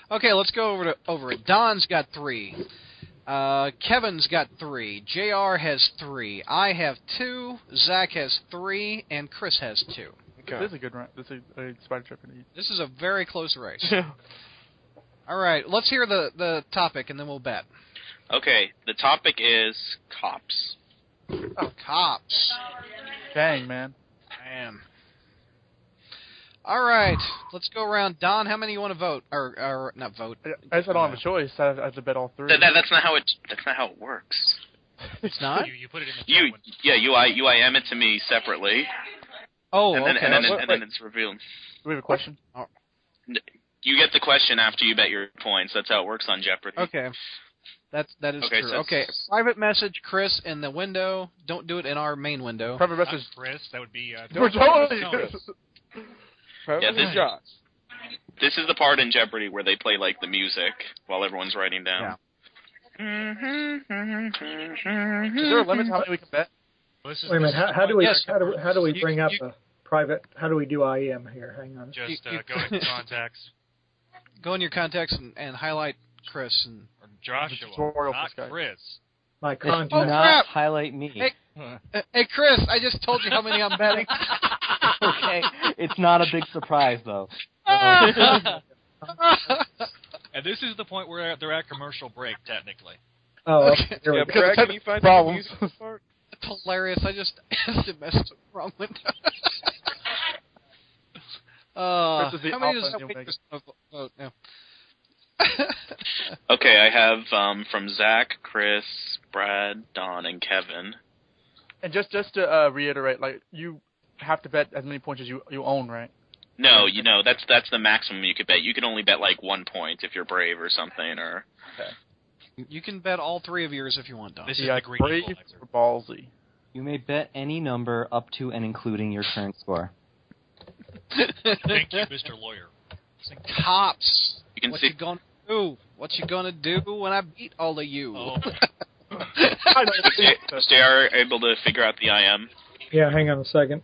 S1: Okay, let's go over to over it. Don's got three. Uh, Kevin's got three. Jr. has three. I have two. Zach has three, and Chris has two.
S2: Okay.
S5: This is a good run. This is a spider trip indeed.
S1: This is a very close
S5: (laughs)
S1: race. All right, let's hear the the topic, and then we'll bet.
S8: Okay. The topic is cops.
S1: Cops.
S5: Oh. Dang, man.
S1: Man. All right, let's go around. Don, how many you want to vote? Or, or not vote?
S5: I I guess I don't have a choice. I have, I have to bet all three.
S8: That, that, that's not how it. That's not how it works.
S1: It's not.
S4: You, you put it in the chat
S8: You
S4: window.
S8: yeah. You I you I am it to me separately,
S1: Oh,
S8: and then
S1: okay.
S8: and then,
S5: Wait,
S8: and then
S5: wait.
S8: it's revealed.
S5: Do we have a question?
S8: You get the question after you bet your points. That's how it works on Jeopardy.
S1: Okay. That's that is
S8: Okay,
S1: true.
S8: so-
S1: okay. Private message Chris in the window. Don't do it in our main window.
S5: Private
S4: Not
S5: message.
S4: Chris, that would be. Uh,
S5: We're totally.
S8: Yeah, this-
S2: Josh.
S8: This is the part in Jeopardy where they play like the music while everyone's writing down.
S5: Is there a limit to how many we can bet?
S4: this is,
S6: Wait a minute.
S4: this is
S6: How, how do we
S1: Yes.
S6: how, do, how do we
S1: You-
S6: bring up
S1: you-
S6: a private? How do we do IM here? Hang on.
S4: Just
S1: You-
S4: uh,
S1: you-
S4: go
S1: (laughs)
S4: into contacts.
S1: Go in your contacts and, and highlight Chris and
S4: Or Joshua,
S5: tutorial for
S4: not
S5: Skype.
S4: Chris.
S6: My
S7: It did
S6: contact.
S1: Oh,
S7: not
S1: crap.
S7: highlight me.
S1: Hey. Uh, Hey Chris, I just told you how many I'm betting.
S7: (laughs)
S1: (laughs)
S7: okay, it's not a big surprise
S8: (laughs)
S7: though.
S8: Ah!
S4: (laughs) And this is the point where they're at commercial break, technically.
S6: Oh, okay, here we
S2: Yeah,
S6: go.
S2: Brad, can you find some
S5: Problem.
S2: music part?
S1: That's hilarious. I just (laughs) messed up the wrong
S4: (laughs)
S1: window. Uh,
S4: Uh,
S5: Chris is the
S1: how many
S5: alpha
S1: does
S5: and the omega.
S1: Chris
S4: oh,
S1: vote now?
S8: Okay, I have um, from Zach, Chris, Brad, Don, and Kevin.
S5: And just just to uh, reiterate, like you have to bet as many points as you you own, right?
S8: No, you know that's that's the maximum you could bet. You can only bet like one point if you're brave or something. Or
S1: (laughs) You can bet all three of yours if you want, Don.
S4: This
S5: yeah,
S4: is the green
S5: brave
S4: equalizer.
S5: or ballsy.
S7: (laughs) You may bet any number up to and including your current score.
S1: (laughs)
S4: Thank you, Mr. Lawyer.
S1: Cops,
S8: you can
S1: what
S8: see.
S1: you gonna do? What you gonna do when I beat all of you? (laughs)
S4: Oh,
S5: I know.
S8: Was J- was JR able to figure out the IM?
S6: Yeah, hang on a second.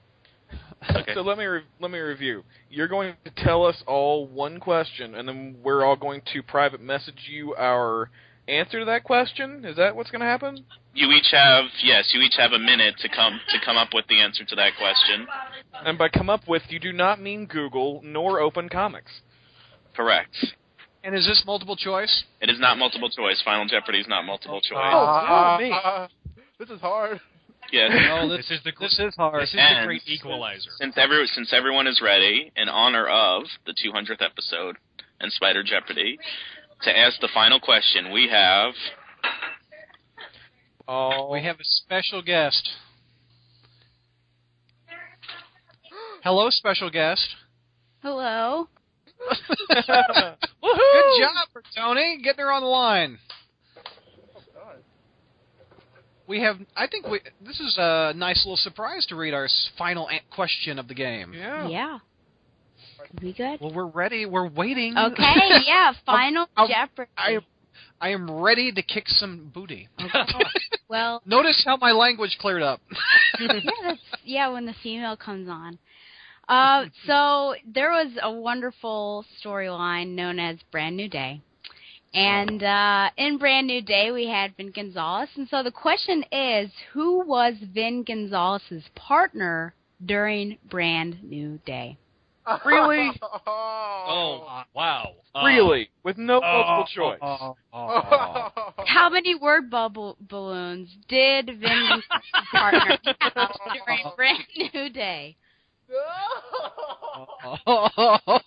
S8: Okay.
S2: So let me re- let me review. You're going to tell us all one question, and then we're all going to private message you our answer to that question. Is that what's going to happen?
S8: You each have yes, you each have a minute to come to come up with the answer to that question.
S2: And by come up with, you do not mean Google nor Open Comics.
S8: Correct.
S1: And is this multiple choice?
S8: It is not multiple choice. Final Jeopardy is not multiple choice.
S1: Oh,
S5: Ah,
S6: dear
S5: ah, ah, (laughs) this is hard.
S8: Yes.
S4: No, this, is the
S1: This is hard.
S4: this is the
S8: And
S4: great equalizer.
S8: Since every since everyone is ready, in honor of the 200th episode and Spider Jeopardy, to ask the final question, we have
S1: Oh, we have a special guest. Hello, special guest. (laughs)
S2: (laughs)
S11: Hello.
S1: Good job, Tony, getting her on the line. We have, I think we. This is a nice little surprise to read our s- final a- question of the game.
S11: Yeah. We good?
S1: Well, we're ready. We're waiting. (laughs)
S11: Okay,
S2: (laughs)
S11: yeah, Final
S2: Oh,
S1: I'll-
S11: Jeopardy.
S1: I, I am ready to kick some booty. (laughs)
S11: well,
S1: Notice how my language
S11: (laughs)
S1: cleared up.
S2: (laughs)
S11: yeah, that's, yeah, when the female comes on. Uh, so there was a wonderful storyline known as Brand New Day. And
S2: Oh.
S11: uh, in Brand New Day, we had Vin Gonzalez. And so the question is who was Vin Gonzalez's partner during Brand New Day?
S2: (laughs) Really?
S5: oh.
S4: Oh wow! Uh,
S2: really? With no
S4: oh,
S2: multiple choice.
S4: oh, oh, oh.
S11: How many word bubble balloons did Vin Gonzalez's
S1: (laughs)
S11: partner have during Brand New Day?
S5: (laughs) I'm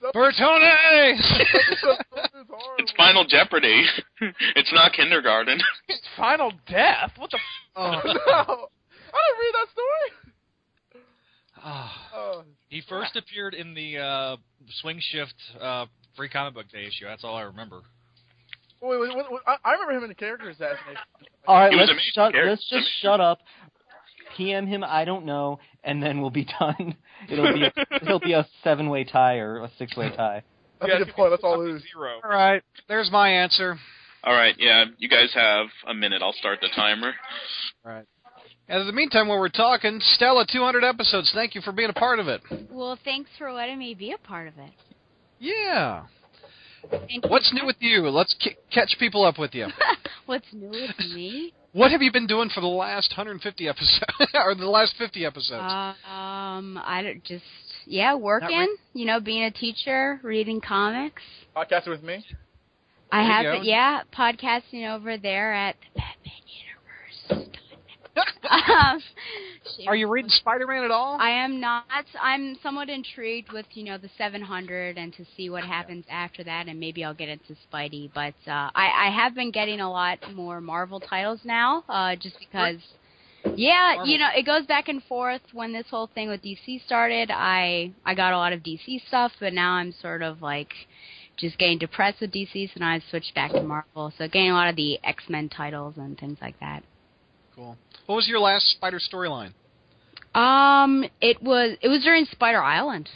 S5: so-
S1: (laughs) Bertone!
S5: this is hard.
S8: it's Final Jeopardy. (laughs) it's not kindergarten. (laughs)
S2: It's Final Death. What the? F-
S1: oh,
S5: (laughs) No, I didn't read that story.
S1: ah.
S5: Oh,
S4: He first appeared in the uh, Swing Shift uh, free comic book day issue. That's all I remember.
S5: wait, wait, wait, wait, I, I remember him in the character assassination.
S7: All right,
S8: He was
S7: let's
S8: amazing.
S7: shut.
S8: Eric
S7: Let's
S8: was
S7: just shut up. PM him. I don't know, and then we'll be (laughs) done. It'll
S8: (laughs)
S7: be it'll be a seven way tie or a six way tie.
S5: That's a
S2: guys
S5: good point.
S2: give
S5: Let's all
S2: me
S5: lose.
S2: Zero.
S1: All right, there's my answer.
S8: All right, yeah, you guys have a minute. I'll start the timer.
S1: And in the meantime, while we're talking, Stella, 200 episodes. Thank you for being a part of it.
S11: Well, thanks for letting me be a part of it.
S1: Yeah.
S11: Thank you.
S1: What's new with you? Let's ki- catch people
S11: (laughs)
S1: up with you.
S11: What's new
S1: (laughs)
S11: with me?
S1: What have you been doing for the last 150 episodes, (laughs) or the last 50 episodes?
S11: Uh, um, I don't just yeah, working. you know, being a teacher, reading comics.
S5: Podcasting with me.
S11: I
S1: There
S11: have
S1: you
S11: it.
S1: go.
S11: Yeah, podcasting over there at the
S1: (laughs)
S11: Batman Universe. um,
S1: Are you reading Spider-Man at all?
S11: I am not. I'm somewhat intrigued with you know the 700 and to see what happens after that, and maybe I'll get into Spidey. But uh, I, I have been getting a lot more Marvel titles now, uh, just because. Yeah,
S1: Marvel.
S11: you know it goes back and forth. When this whole thing with DC started, I I got a lot of DC stuff, but now I'm sort of like just getting depressed with DC, so now I've switched back to Marvel. So getting a lot of the X Men titles and things like that.
S1: cool. What was your last Spider storyline?
S11: Um, it was it was during Spider Island.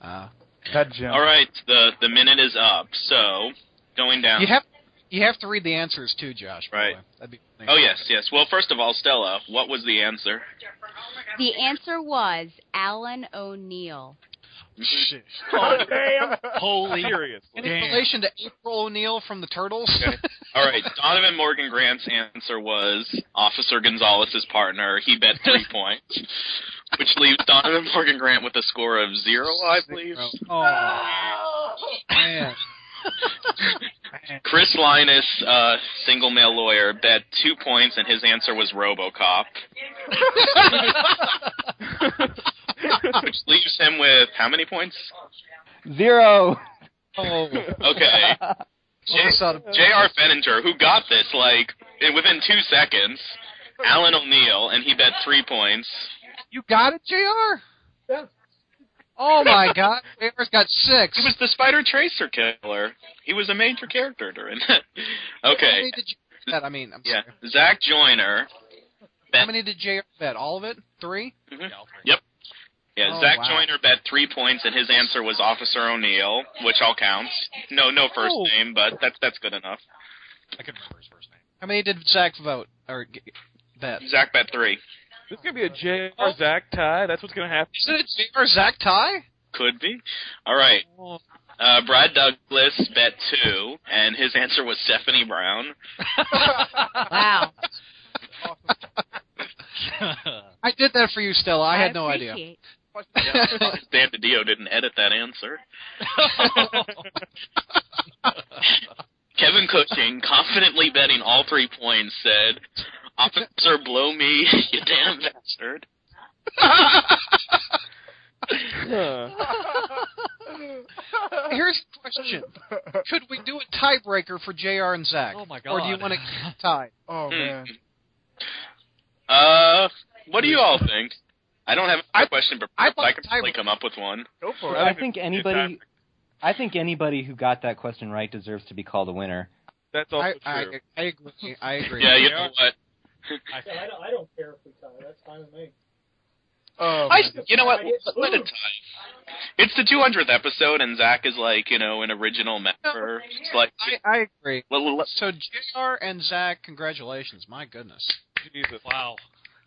S1: Uh,
S5: That gem.
S8: All right, the the minute is up. So going down.
S1: You have you have to read the answers too, Josh. by the
S8: Right.
S1: way. That'd be
S8: oh yes, yes. Well, first of all, Stella, what was the answer?
S11: The answer was Alan O'Neill.
S1: (laughs)
S5: damn.
S4: Holy
S2: Serious.
S1: Any relation to April O'Neil from the Turtles?
S8: Okay. All right, Donovan Morgan Grant's answer was Officer Gonzalez's partner. He bet (laughs) three points, which leaves Donovan Morgan Grant with a score of zero, I believe.
S1: Oh, man.
S8: (laughs) Chris Linus, uh, single male lawyer, bet two points, and his answer was RoboCop,
S1: (laughs)
S8: (laughs) which leaves him with how many points?
S7: Zero.
S1: Oh,
S8: Okay,
S1: this ought to-
S8: J.R. Fenninger, who got this like in- within two seconds. Alan O'Neill, and he bet three points.
S1: you got it, Jr.
S6: Yeah.
S1: Oh my God, Jr.'s got six.
S8: He was the Spider Tracer killer. He was a major character during that.
S1: How
S8: (laughs) Okay.
S1: many did you bet? I mean, I'm
S8: Yeah.
S1: sorry.
S8: Zach Joyner.
S1: How many did Jr. bet? All of it? Three?
S8: Mm-hmm. Yeah,
S1: Oh,
S8: Zach
S1: wow.
S8: Joyner bet three points, and his answer was Officer O'Neill, which all counts. No, no first
S1: Oh.
S8: name, but that's that's good enough.
S4: I can remember his first name.
S1: How many did Zach vote or g- bet?
S8: Zach bet three.
S2: This is gonna be a J.R. Zach tie. That's what's gonna happen.
S1: Oh. Is it a Jr. Zach tie? (laughs)
S8: Could be. All right.
S1: Oh.
S8: Uh, Brad Douglas bet two, and his answer was Stephanie Brown.
S11: (laughs)
S1: (laughs)
S11: Wow.
S1: I did that for you, Stella. I had no idea.
S11: appreciate-
S8: (laughs) Dan DiDio didn't edit that answer. Kevin Cushing, confidently betting all three points, said, "Officer, blow me, (laughs) you damn bastard."
S1: (laughs) Here's the question: Could we do a tiebreaker for Jr. and Zach?
S4: Oh my
S1: Or do you
S4: God.
S1: want to tie?
S5: Oh
S2: Hmm.
S5: man.
S8: Hmm. Uh, what do you all think? I don't have a question, but
S1: I
S8: I,
S1: thought
S8: I could probably come up with one.
S5: Go
S7: Well, I think anybody, I think anybody who got that question right deserves to be called a winner.
S2: That's
S1: I, I, I agree. I agree.
S8: Yeah, you know what?
S6: Yeah, I, don't, I don't care if we tie. That's fine with me.
S5: Oh,
S8: I,
S5: man.
S8: you know what? Let let it tie. It's the 200th episode, and Zach is like, you know, an original member. It's like,
S1: I, I agree.
S8: well, let-
S1: So Jr. and Zach, congratulations! My goodness.
S2: Jesus.
S4: Wow.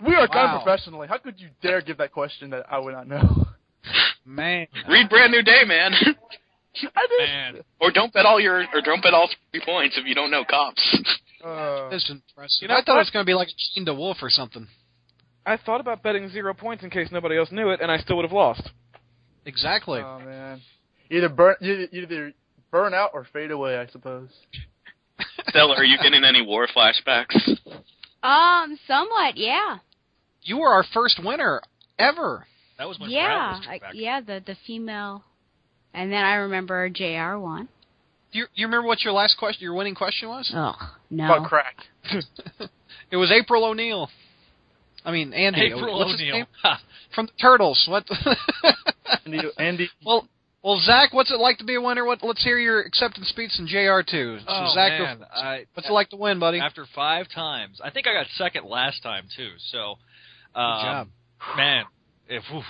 S5: we are done
S1: Wow.
S5: professionally. How could you dare give that question that I would not
S2: (laughs)
S5: know?
S1: Man,
S8: read Brand New Day, man.
S5: I did.
S4: Man.
S8: or don't bet all your, or don't bet all three points if you don't know cops.
S5: Uh,
S1: this is impressive.
S2: You know
S1: I thought it
S2: what?
S1: was going to be like Gene DeWolf or something.
S2: I thought about betting zero points in case nobody else (laughs) knew it, and I still would have lost.
S1: Exactly.
S5: oh man. Either burn, you- you either burn out or fade away, I suppose.
S8: Stella, are you getting any war flashbacks?
S11: Um, somewhat, yeah,
S1: you were our first winner ever.
S4: That was when Brad
S11: yeah,
S4: was
S11: I,
S4: back.
S11: yeah. The the female, and then I remember Jr. won.
S1: Do you, you remember what your last question, your winning question was?
S11: Oh
S5: About
S11: no,
S5: crack.
S1: it was April O'Neil. I mean, Andy.
S4: April
S1: what's his
S4: O'Neil. (laughs) Oh,
S1: name? from the Turtles. What? (laughs)
S5: Andy, Andy
S1: well, well, Zach, what's it like to be a winner? What, let's hear your acceptance speech in Jr. Two. So
S4: Oh,
S1: Zach, go
S4: man.
S1: first.
S4: I,
S1: what's it like to win, buddy?
S4: After five times. I think I got second last time, too. So,
S1: job.
S4: um, man, if, oof,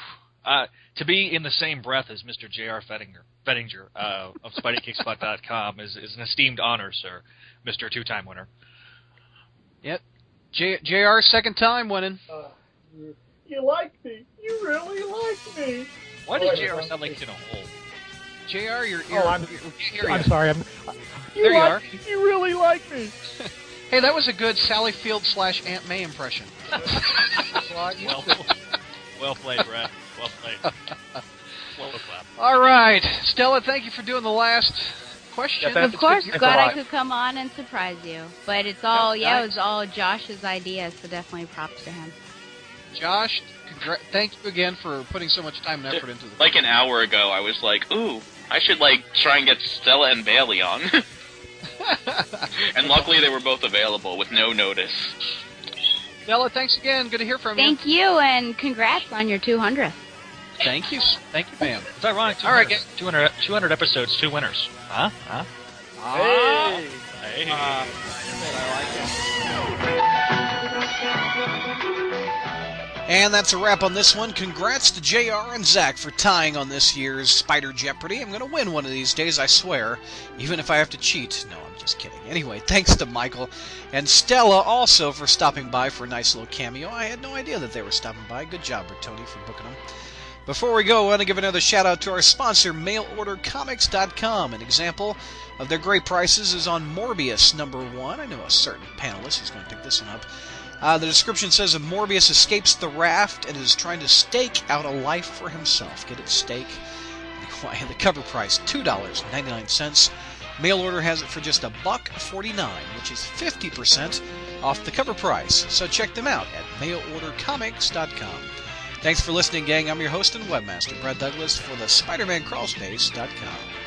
S4: uh, to be in the same breath as Mr. J.R. Fettinger, Fettinger uh, of SpideyKickspot.com is, is an esteemed honor, sir, Mr. Two Time Winner.
S1: J, Jr. Second time winning.
S6: You like me. You really like me.
S4: Why
S6: Oh,
S4: did
S6: yeah,
S4: J.R.
S6: I'm
S4: sound like he's in a hole?
S1: Jr. You're. you're
S6: Oh, I'm-
S1: you're- you're-
S6: I'm sorry. I'm,
S1: there you are.
S5: You really like me.
S1: (laughs) Hey, that was a good Sally Field slash Aunt May impression.
S4: Well, well played, Brad. Well played. Well clap.
S1: All right, Stella, thank you for doing the last question.
S5: Yeah, thank-
S11: of course.
S5: It's a
S11: Glad
S5: lot.
S11: I could come on and surprise you, but it's all yeah, it
S1: nice.
S11: was all Josh's idea, so definitely props to him.
S1: Josh, congra- thank you again for putting so much time and effort into this.
S8: Like an hour ago, I was like, ooh, I should like try and get Stella and Bailey on. (laughs) and luckily, they were both available with no notice.
S1: Stella, thanks again. Good to hear from
S11: Thank you, and congrats on your 200th.
S1: you. (laughs) Thank you. Thank you, ma'am.
S4: It's ironic. 200,
S1: All right, guys.
S4: 200, 200 episodes, two winners. Huh? Huh?
S6: Ah.
S5: Hey.
S4: Hey.
S1: And that's a wrap on this one. Congrats to JR and Zach for tying on this year's Spider Jeopardy. I'm going to win one of these days, I swear, even if I have to cheat. No, I'm just kidding. Anyway, thanks to Michael and Stella also for stopping by for a nice little cameo. I had no idea that they were stopping by. Good job, Bertoni, for booking them. Before we go, I want to give another shout out to our sponsor, MailOrderComics.com. An example of their great prices is on Morbius number one. I know a certain panelist is going to pick this one up. Uh, the description says that Morbius escapes the raft and is trying to stake out a life for himself. Get it, stake. And the cover price, two dollars ninety nine cents. Mail order has it for just a buck forty nine, which is fifty percent off the cover price. So check them out at mailordercomics.com. Thanks for listening, gang. I'm your host and webmaster, Brad Douglas, for the SpiderManCrawlspace.com.